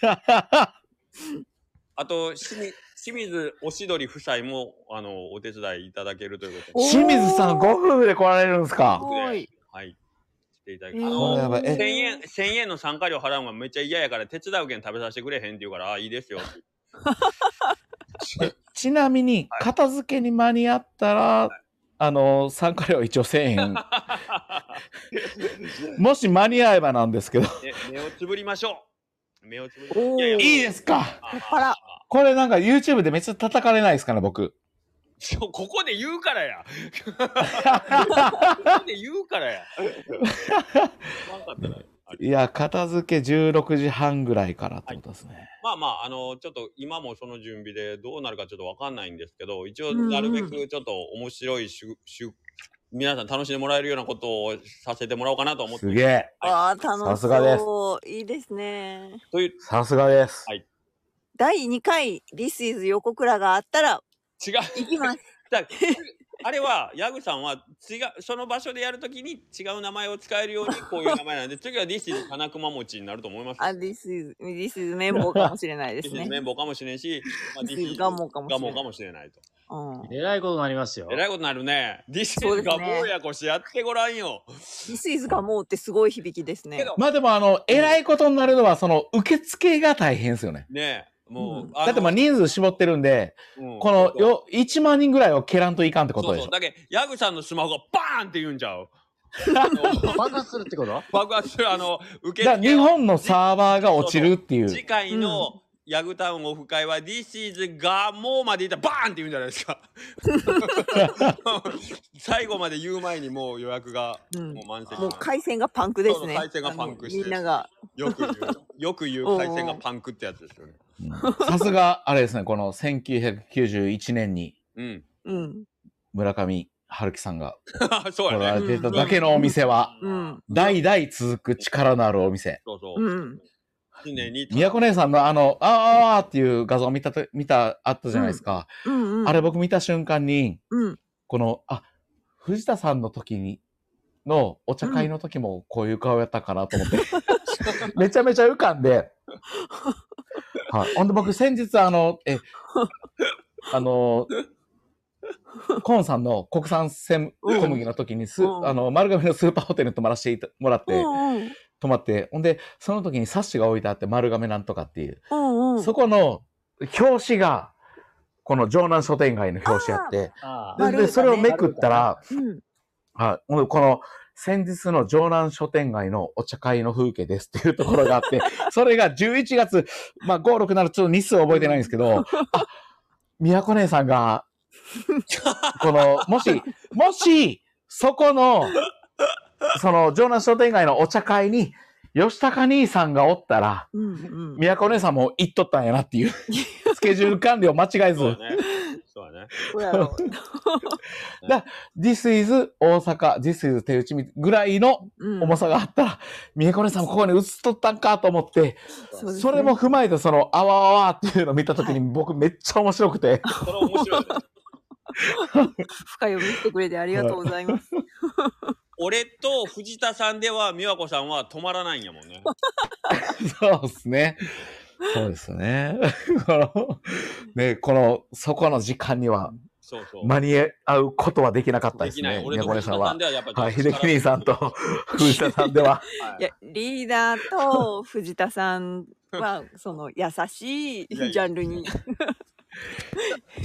あと、清水清水おしどり夫妻も、あの、お手伝いいただけるということで。
(laughs) 清水さん
おー
ご夫婦で来られるんです
す
か
ごい。
はい。していただき、
えー
あ
これ
の
やばいえ
1000円、1000円の参加料払うのがめっちゃ嫌やから、手伝うけん食べさせてくれへんって言うから、あ、いいですよって。
ちなみに
はい
片付けに間に合ったら、あの参加料一応1000円
(laughs)
もし間に合えばなんです
(laughs)
けど
ね目をつぶりましょう。目をつぶりましょ
お
う。
ー
やや
いいですか
あ
あら
これなんか YouTube でめっちゃ叩かれないですかね
(laughs)
僕
そうここで言うからや。ここで言うから
(laughs)
や。わかったない
や片付け16時半ぐらいからってことですね、
まあまあ、あの、ちょっと今もその準備でどうなるかちょっとわかんないんですけど、一応
うんうん
なるべくちょっと面白いしゅ、しゅ、皆さん楽しんでもらえるようなことをさせてもらおうかなと思って。
すげえ
ああ、楽しそう。
さすがです
いいですね。
という、
さすがです
はい
第2回、This is 横倉があったら、
違う。
行きます。
だあれは、ヤグさんは違う、その場所でやるときに違う名前を使えるようにこういう名前
(laughs)
なんで、次は This is 金熊餅になると思います。
あ、This is, This is 綿棒かもしれないで
This
す
is (laughs)
ね。
綿棒かもしれんし、ま
This is ガモかもしれ
ガ
ない
モかもしれないと。
うん、
えらいことになりますよ。
えらいことになるね。This
そう
is
ですね
ガモやこしやってごらんよ。
This is がもうってすごい響きですね
け。ど
まあでもあのえらいことになるのはその受付が大変ですよね
ねえ、もう、
うん
あの
だってまあ人数絞ってるんで
うん
このよ1万人ぐらいを蹴らんといかんって
そ
こ
う
と
そうそ
でしょ
うだけどヤグさんのスマホがバーンって言うんちゃう
爆発するってこと
爆発するあの受
だから
付
日
の
本のサーバーが落ちるっていう
次回のヤグタウンオフ会は「This is ガモ」までいったらバーンって言うんじゃないです
(laughs)
か最後まで言う前にもう予約が
うん
もう満席、
もう回線がパンクですね。
そうそう回線がパンクして
あのみんなが。
よく言うよく言う回線がパンクってやつですよね
さすが、あれですね、この1991年に
うん (laughs)
うん。
村上春樹さんが
そう
来
やね
られていただけのお店は、
うん。
代々続く力のあるお店。
そうそう、
うん。
常に
宮古姉さんのあの、あーあーっていう画像を見たと、見た、あったじゃないですか。
うん。うん。
あれ僕見た瞬間に、
うん。
この、あ、藤田さんの時に、のお茶会の時もこういう顔やったかなと思って、
(laughs)
めちゃめちゃ浮かんで、はい。ほんで僕先日あの、え、あの、コーンさんの国産鮮小麦の時にす、
うん
あの、丸亀のスーパーホテルに泊まらせていたもらっ
う
て、
んうん。
泊まって、ほんで、その時に冊子が置いてあって丸亀なんとかっていう、
うんうん。
そこの表紙が、この城南書店街の表紙あって、
あ
で
あ。
あ丸
で、
い
それをめくったら、
うん。
はい、もうこの、先日の城南書店街のお茶会の風景ですっていうところがあって、それが11月、まあ、5、6ならちょっと日数覚えてないんですけど、あ、宮古姉さんが、この、もし、もし、そこの、その、城南書店街のお茶会に、吉高兄さんがおったら、
うん。うん。
宮古姉さんも行っとったんやなっていう、スケジュール管理を間違え
そうだ
ず、
ねそうだね。
そうやろう
This is 大阪、This is 手打ちみぐらいの
うん
重さがあったら、三重子姉さんもここに映っとったんかと思って、
そうですね
それも踏まえて、その、あわあわっていうのを見たときに、僕めっちゃ面白く
(laughs)
て、
それ面白い。
深読みしてくれてありがとうございます。
俺と藤田さんでは美和子さんは止まらないんやもんね。
そうですね。そうですね。このね、この、そこの時間には
そうそう。
間に合うことはできなかった
で
です
きない。
ね、
俺
宮
と
古根
藤
さん
田さ
は
ん。ではやっぱ
はい、秀樹兄さんと藤田さんで
(laughs)
は。
はい
いやリーダーと藤田さん
(laughs)
はその優しいジ
いやいや
ャンルに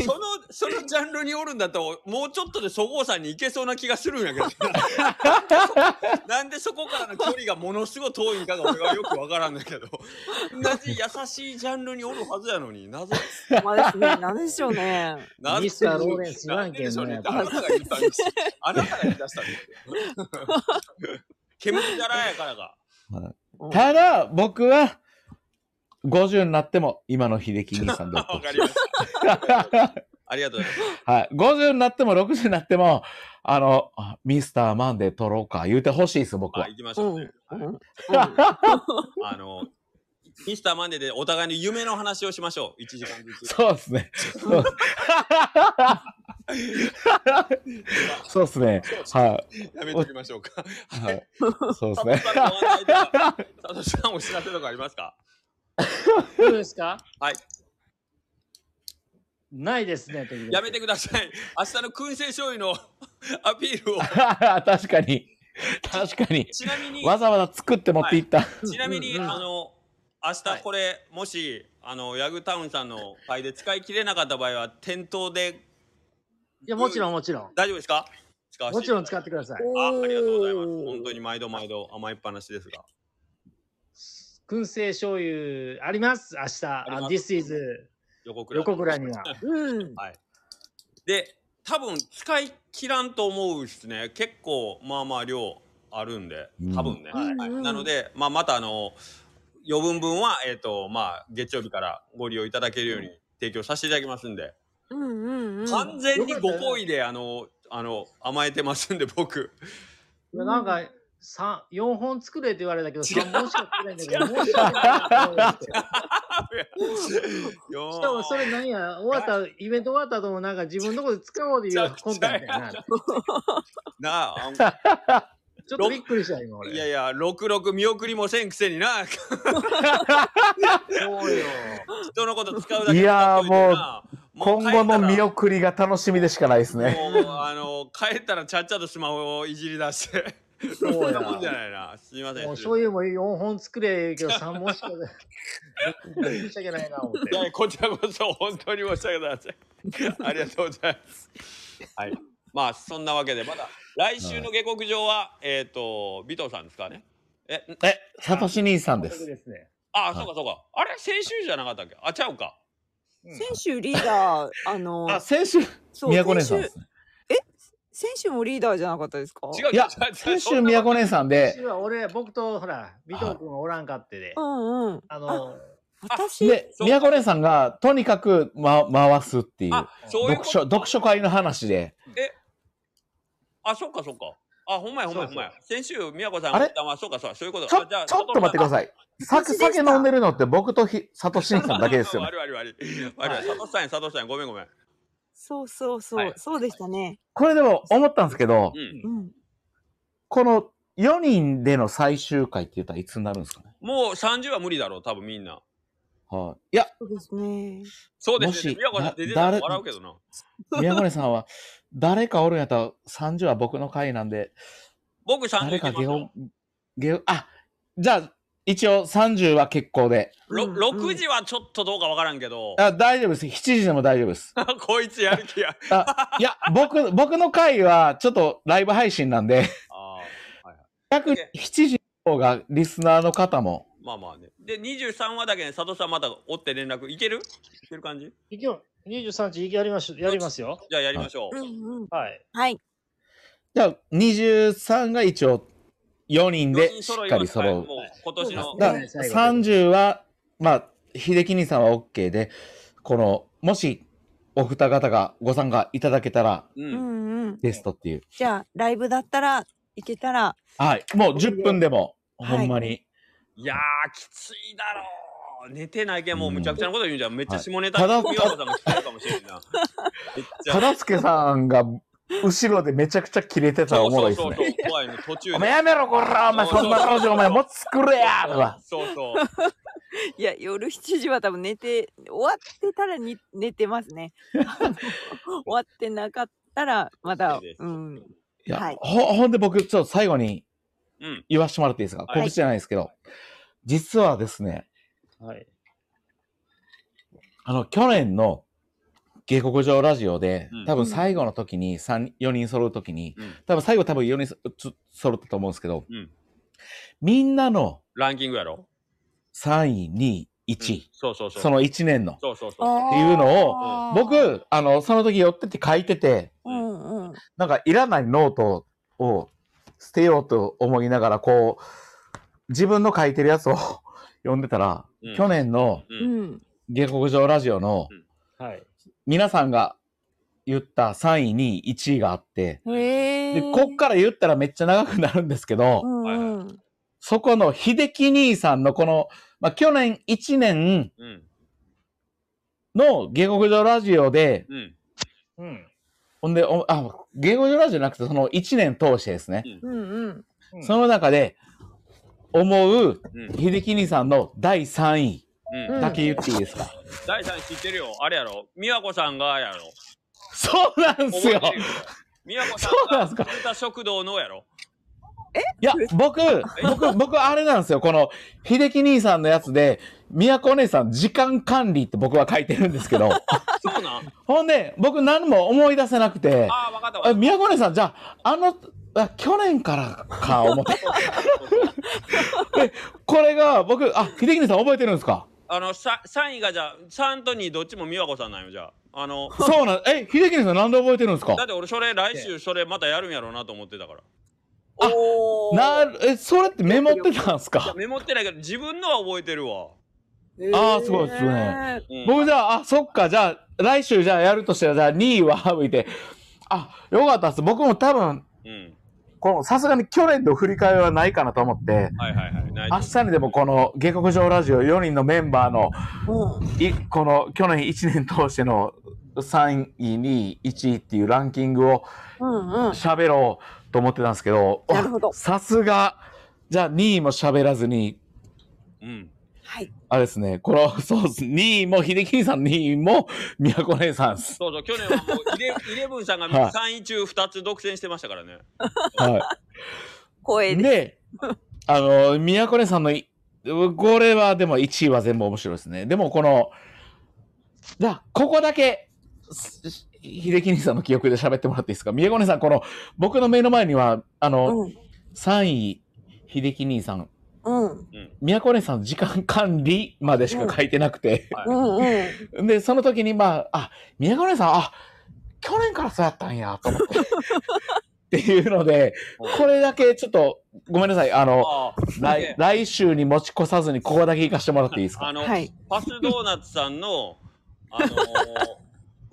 その、そのジャンルにおるんだったら、もうちょっとでそごうさんに行けそうな気がするんやけど。なんでそこからの距離がものすごい遠いんかが俺はよくわからんだけど。なぜ優しいジャンルにおるはずやのに、なぜ、
まあですね何でしょ
(laughs)
うね。
なぜ
ミスターローレンス言わんけんね
なんででしょうねってあなたが言ったんですよ。あなたが言い出したんですよ。煙だらやからが。
うん
ただ、僕は、50になっても今の秀樹兄さん
(laughs)
だ
わかりました。
と。
ありがとうございます。
はい。50になっても60になっても、あの、あミスターマンデー取ろうか言うてほしいです、僕
ま
は
あ、。行きまし
う
ょう
んう
ね
ん。
(laughs)
うん
あの、ミスターマンデーでお互いの夢の話をしましょう。1時間ずつ。
そうですね。そうですね。は
やめときましょうか。
い。はい、そうです
佐藤
ね。 (laughs)
さんの話題では佐藤さん、お知らせとかありますか
どうですか
はい。
ないですね、ということで
やめてください。明日の燻製醤油の (laughs) アピールを。
確かに。確かに。
ちなみに、
わざわざ作って持っていった。
ちなみに、あの、明
は
日
い
これ、もし、あの、ヤグタウンさんの会で使い切れなかった場合は、店頭で
いや、もちろん、もちろん。
大丈夫ですか使わせ
もちろん使っててください。
あありがとうございます。本当
に。
に毎度毎度甘いっぱなしですが。
燻製醤油あります、明日。
りま
あ
す
This is
横倉。
横倉には。
うん。
で多分使い切らんと思うですね結構まあまあ量あるんで
うん
多分ね、
はい
はい
うんうん
なので、まあ、またあの余分分は、えっとまあ、月曜日からご利用いただけるように提供させていただきますんで、
うんうんうん。
完全にご好意であのあの甘えてますんで僕
いやなんか、三4本作れって言われたけど、
違
3
う
本しか作れないんだけど、申し訳ないなと
(laughs)
思って。
よー
しかもそれなんや、終わった、イベント終わった後もなんか自分のところで使おうで言うコントやったよな。ち
なああ
ょっとびっくりした、今
ん
俺。
いやいや66見送りもせんくせにな
そうよ。
(laughs) 人のこと使うだけ
いやー
使っとてなもう
今
帰
後の
ったら
見送りが楽しみでしかないですね。
もうあの帰ったらちゃっちゃとスマホをいじり出
(laughs)
して。
そうや。
そんなもんじゃ
も
ないな。すみません。
う醤油も4本作れ言う
(laughs)
けど、3本しか。申し訳ないな、思って。
いやこちらこそ本当に申し訳ございません。ありがとうございます。はい。まあそんなわけでまだ来週の下克上は、えっ、と尾藤さんですかね。え、ん
え、サトシ兄さんで
そう
す。
ですね。
あ、
い
そうかそうか。あれ先週じゃなかったっけ？あ、ちゃうか。
先週リーダーあ
(laughs)
の
あ、先週、
そう
宮古姉
先
さんで
週
すね。
先週もリーダーじゃなかったですか？
違う。
いや
違う違う
先
そ
週、
んな
宮古姉さんで
私、は俺、僕とほら、尾藤君がおらんかってで
う、んうん。
あの、
私
で、
そう
宮古姉さんがとにかく、ま、回すっていう
あ、そういうこと
読書、読書会の話で、
あ、そうかそうか。あ、ほんまやほんまやほんまや。先週宮子さん
あれ
たまそうかそうかそういうこと。
ちょ、
あ
ちょっと待ってくだ
い。
さい。さ
私でし
酒
た
飲んでるのって僕とひ、サトシ兄さんだけです
(laughs)
よね
悪。い悪い悪い。悪い悪い。佐藤さんや佐藤さんやごめんごめん。
そうそうそう、
はい
そうでしたね。
これでも思ったんですけど、
うん。
うん。
この4人での最終回って言ったらいつになるんですかね。
もう30は無理だろう、多分みんな。
はい。
(laughs)
いや、
そうですね。
そうですね。
もし
宮古さん出てたら
だ
笑うけどな。
宮古根さんは、誰かおるんやったら30は僕の回なんで、
僕30
誰
いけ
か
ます
ゲオ
よ。、
ゲオ、あ、じゃあ、一応30は結構で。
ろ
うん
6時はちょっとどうかわからんけ
(laughs)
ど、
あ大丈夫です。7時でも大丈夫です。
こいつやる気
(laughs)
や。
あいや、僕、僕の回はちょっとライブ配信なんで、
あ
約7時の方がリスナーの方も、
ーまあまあね。で、23話だけね、佐藤さんまたおって連絡いけるいける感じ
いきよ23日やりましょう、やりますよ。
じゃあやりましょう。
うんうん。
はい。
はい。
じゃあ23が一応4人
四
で
人
し
揃
っ
い
か
ま
り
すか
揃
ら
う。
もう今年の
そうで
だ
す
か
最
ら
ね
後まで
30は、まあ、秀樹兄さんは OK で、この、もし、お二方がご参加いただけたら
う。
うんんうん。
ベストっていう。
じゃあ、ライブだったら、行けたら、
はい。もう10分でも、
はい
ほんまに。
いやー、きついだろう。寝てないけん、もうむちゃくちゃなこと言うんじゃん。めっちゃ下ネタ。
はい
た
た
だ、美
だ
和子さんも聞けるかもしれんな。 (laughs) めっちゃ。
忠助さんが後ろでめちゃくちゃキレてたらおもろいです
そう
ね
そう。そうそう怖いの、途中で。
お前やめろ、こらお前、
そう
そ
そうん
な彼女、お前、もう作れやとか。
そうそう。
いや、夜7時は多分寝て、終わってたらに寝てます (laughs) ね。終わってなかったら、まだ、うん。
いや
はい
ほ、ほんで僕、ちょっと最後に
うん。
言わしてもらっていいですか
はい
告知じゃないですけど。実はですね、
はい。
あの、去年の下克上ラジオで
うん、
多分最後の時に、三4人揃う時に、
うん
多分最後多分4人そつ揃ったと思うんですけど
うん、
みんなの
ランキングやろ。
3位、2位、1位、
そうそうそう。
その1年の。
そうそうそう。
っ
っていうの
を
僕、あの、その時寄ってって書いてて、
うんうん。
なんかいらないノートを捨てようと思いながら、こう、自分の書いてるやつを (laughs) 読んでたら、
うん
去年の
う。
うんん。
下克上ラジオの
うん
はい。
皆さんが言った3位、2位、1位があって、
へえ。
で、こっから言ったらめっちゃ長くなるんですけど、
うん
はい
うん。
そこの秀樹兄さんのこの、まあ、去年1年
うん。
の下克上ラジオで、
うん。
うん。
ほんで、おあ、下克上ラジオじゃなくてその1年通してですね、
うんうん。
うん
その中で思う
うん。
秀樹兄さんの第3位
うん。
だけ言っていいですか、
第三知ってるよ。あれやろ。美和子さんがやろ。
そうなんすよ
覚えてるよ美和子さ
そうなん
ん
す
が
か
古田食堂のやろ。
いや、僕、
(laughs)
僕、僕、あれなんですよ。この、秀樹兄さんのやつで、宮古お姉さん、時間管理って僕は書いてるんです
(laughs)
けど、
そう
(laughs)
なん。
ほんで、僕何も思い出せなくて、
ああ、わかったわか
あ
った。
宮古お姉さん、じゃあ、あの、あ去年からか、思
(laughs)
って。これが、僕、あ、秀樹兄さん覚えてるんで
(laughs)
すか
あの、さ、三位がじゃあ、三と二どっちも美和子さんなんよ、じゃあ。あの、
そうなん、え、秀樹兄さんなんで覚えてるんですか
だって俺それ来週それまたやるんやろうなと思ってたから。
あ
おー
なる、え、それってメモってたんです
いや
か
メモってないけど自分のは覚えてるわ。
あーすごいっすね
へー
うん
僕じゃあ、あ、そっか、じゃあ、来週じゃあやるとしたら、じゃあ2位は省いて、あ、よかったっす。僕も多分、
うん。
この、さすがに去年の振り返りはないかなと思って、
はいはいはい。ない
明日にでもこの、下克上ラジオ4人のメンバーの、
うん
いこの、去年1年通しての3位、2位、1位っていうランキングを
うんうん。
喋ろうと思ってたんですけど、
なるほど
あさすが、じゃあ2位も喋らずに、
うん。
はい。
あれですね、この、そうです。2位も、秀樹さん2位も、宮古姉さんっ
(laughs)
す。
そうそう、去年はもうイ
(laughs)
レイレブンさんが
はい
3位中2つ独占してましたからね。
はい。
声で。
で、あの、宮古根さんのい、これはでも1位は全部面白いですね。でもこの、じゃあ、ここだけ、す秀樹兄さんの記憶で喋ってもらっていいですか宮古根さん、この、僕の目の前には、あの、
うん。
3位、秀樹兄さん、
うん。
宮古根さんの時間管理までしか書いてなくて、
うんうん。
で、その時に、まあ、あ、宮古根さん、あ、去年からそうやったんや、と思
(laughs)
って。っていうので、これだけちょっと、ごめんなさい、あの、
ああ、
来来週に持ち越さずにここだけ行かしてもらっていいです
あ
か
の、
はい。
パスドーナツさんの、あ
(laughs)
のー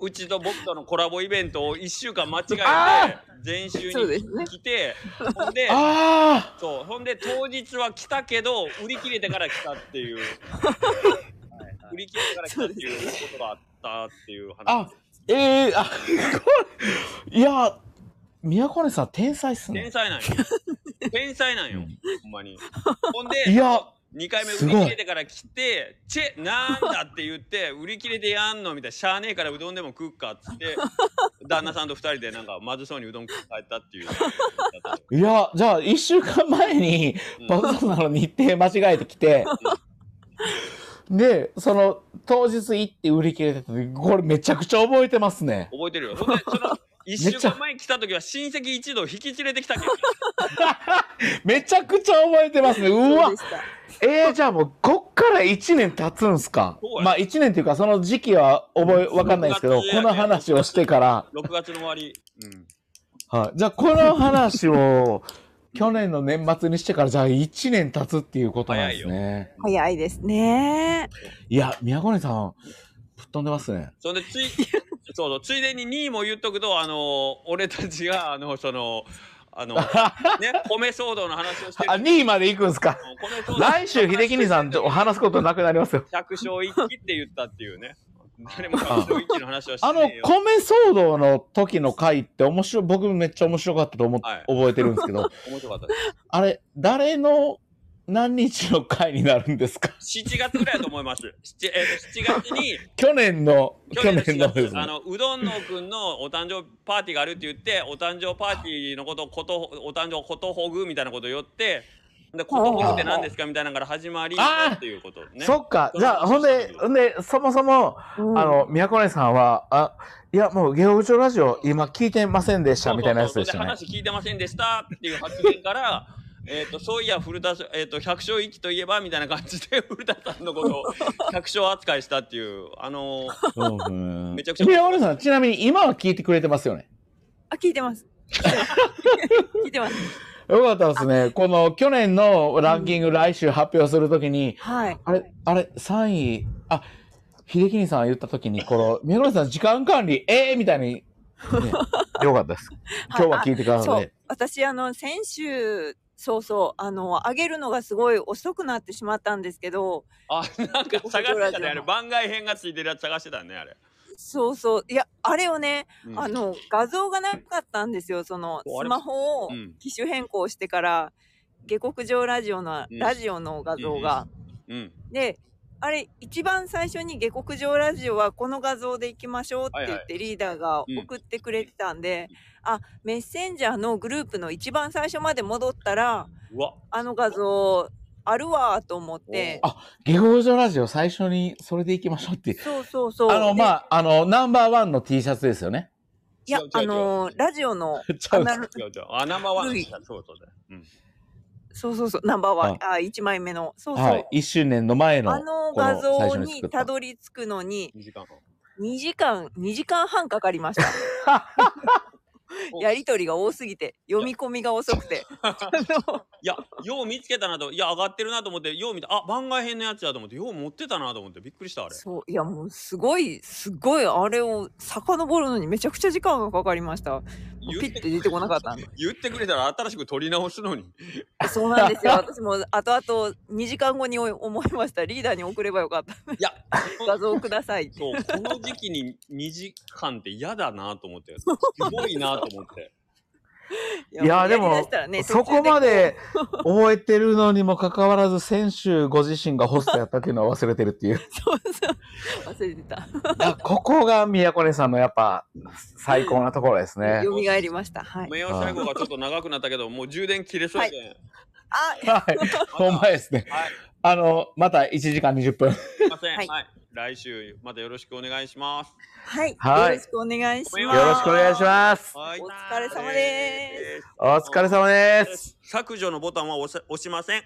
うちと僕とのコラボイベントを1週間間違えて
あ、
前週
そうです
に
ね
来て、ほんで、
あ
そう、ほんで当日は来たけど、売り切れてから来たって
(laughs)
いう。売り切れてから来たっていうことがあったっていう
ああ
話。
ええあ (laughs) これいや宮古根さん天才っす
天
ね
才なん
(laughs)
よ。天才なんよ。ほんまに。ほんで、
いや
2回目
す
売
ご
り
い
切れてから来て「チェなんだ!」って言って
(laughs)
「売り切れでやんの?」みたいな「しゃあねえからうどんでも食うか」っつ
(laughs)
って旦那さんと2人でなんかまずそうにうどん食って帰ったっていう。
いやじゃあ1週間前に
うん
パズドラの日程間違えて
(laughs)
きて、でその当日行って売り切れてた時これめちゃくちゃ覚えてますね
覚えてるよ。ほんで
(laughs)
その1週間前に来た時は親戚一同引き連れてきたけど
めちゃくちゃ覚えてますねう
そ
わ
うでした。
えー、じゃあもうこっから1年経つんすか
そうや
まあ1年っていうかその時期は覚えわかんないですけど
6月
この話をして
(laughs)
から、
6月の終わり。うん
はい、じゃあこの話
(laughs)
を去年の年末にしてからじゃあ1年経つっていうことなんですね
早いですね。
いや宮古根さんぶっ飛んでますね (laughs)
そんでツイそうそうそうついでに2位も言っとくとあの俺たちがあのそのあ
(laughs)
のね米騒動の話をしてる
あ、2位まで行くんですか。
米騒動
来週、秀樹兄さんと話すことなくな
(laughs)
りますよ。
百姓一揆って言ったっていうね誰も百姓一揆の話はし
あの
ねえ、よ
米騒動の時の回って面白い、僕めっちゃ面白かったと思っ、
はい
覚えてるんですけど、
面白かったで
あれ、誰の何日の回になるんですか
す7月ぐらいだと思います7、えーと、7月に
(laughs) 去年の、
去
去
年の
年
4
の
月
です
あ
ね。
のうどんのくんのお誕生日パーティーがあるって言ってお誕生パーティーのことをことお誕生ことほぐみたいなことを言ってでことほぐって何ですかみたいなのから始まり
あー
っていうことね
そっか。じゃあ、ほんで、ほんで、そもそも、
うん
あの、宮古内さんは、あ、いや、もう、ゲオ部長ラジオ、今聞いてませんでした、みたいなやつでした
そ
ね
う。そうそうで話聞いてませんでしたっていう発言から (laughs) えーとそういや古田さん、えー、と百姓一揆といえばみたいな感じで (laughs) 古田さんのことを百姓扱いしたっていうあのー
うんうん
めちゃくちゃ
宮古内さん、ちなみに今は聞いてくれてますよね。
あ、聞い
(laughs)
てます。聞いてます。
よかったですね。この去年のランキング来週発表するときに、
はい。
あれ、あれ、3位、あ、秀樹さんが言ったときに、この、宮古さん時間管理、ええみたいに、ね、 (laughs) よかったです。 (laughs) 今日は聞いてくださ
そ。。
いう
私、あの、先週、そうそう、あの、上げるのがすごい遅くなってしまったんですけど、
あなんか探してたねあれ番外編がついてるやつ探してたねあれ、
そうそう、いや、あれをね、
うん
あの、画像がなかったんですよ、その、
そうあ
ス
れ
マホを
うん
機種変更してから、下克上ラジオの、
うん
ラジオの画像が。
うん、
で、あれ、一番最初に下克上ラジオはこの画像で行きましょうって言ってリーダーが送ってくれてたんで、あ、メッセンジャーのグループの一番最初まで戻ったら、
うわ
あの画像あるわーと思って
お。下校上ラジオ最初にそれで行きましょうっていう。
そうそうそう。
あの、
で
ま、あ、あの、ナンバーワンの T シャツですよね。
いや
違う違う違う、
あのーラジオの、
ちゃ
あ
う
なる
違う違うあナンバーワン
古い
そうそうだようん
そうそうそう、ナンバーワン
は、
あ、1枚目の、そうそう。
はい。1周年の前の。
あの
こ
画
最
像
初に
に
作った
どり着くのに
二時間
2時間2時間半かかりました
(laughs)
やりとりが多すぎて読み込みが遅
(laughs)
くてあの
いやよう見つけたなといや上がってるなと思ってよう見たあ番外編のやつやと思ってよう持ってたなと思ってびっくりしたあれ
そういやもうすごいすごいあれを遡るのにめちゃくちゃ時間がかかりましたもう
言
ピ
っ
ッ
て
て出てこなかった
(laughs)
んで
言ってくれたら新しく取り直すの
(laughs)
に
そうなんですよ私も後々2時間後に思いましたリーダーに送ればよ
(laughs)
かった
いや
画像くださいって (laughs)
そう、この時期に2時間って嫌だなと思
(laughs)
って、すごいなと思って。
いやで
や
も
りだしたら、ね
そこまで覚えてるのにもかかわらず、先週ご自身がホストやったっていうのは忘れてるって (laughs) いう。
途中でそうそう (laughs) 忘れてた
あここが宮古根さんのやっぱ最高なところですね。
よみがえりましたはい
名誉最後がちょっと長くなったけど、もう充電切れそうやけん。
(laughs)
あ
はい。ほんまですね。
はい、
あの、また1時間20分。
すいません。は、
はいい
来週またよろしくお願いします。
はい、
はい
よろしくお願いします。
よ
よろしくお願いします。
はい
お疲れ様
ー
で
す。
お疲れ様です。
削除のボタンは押せ押しません。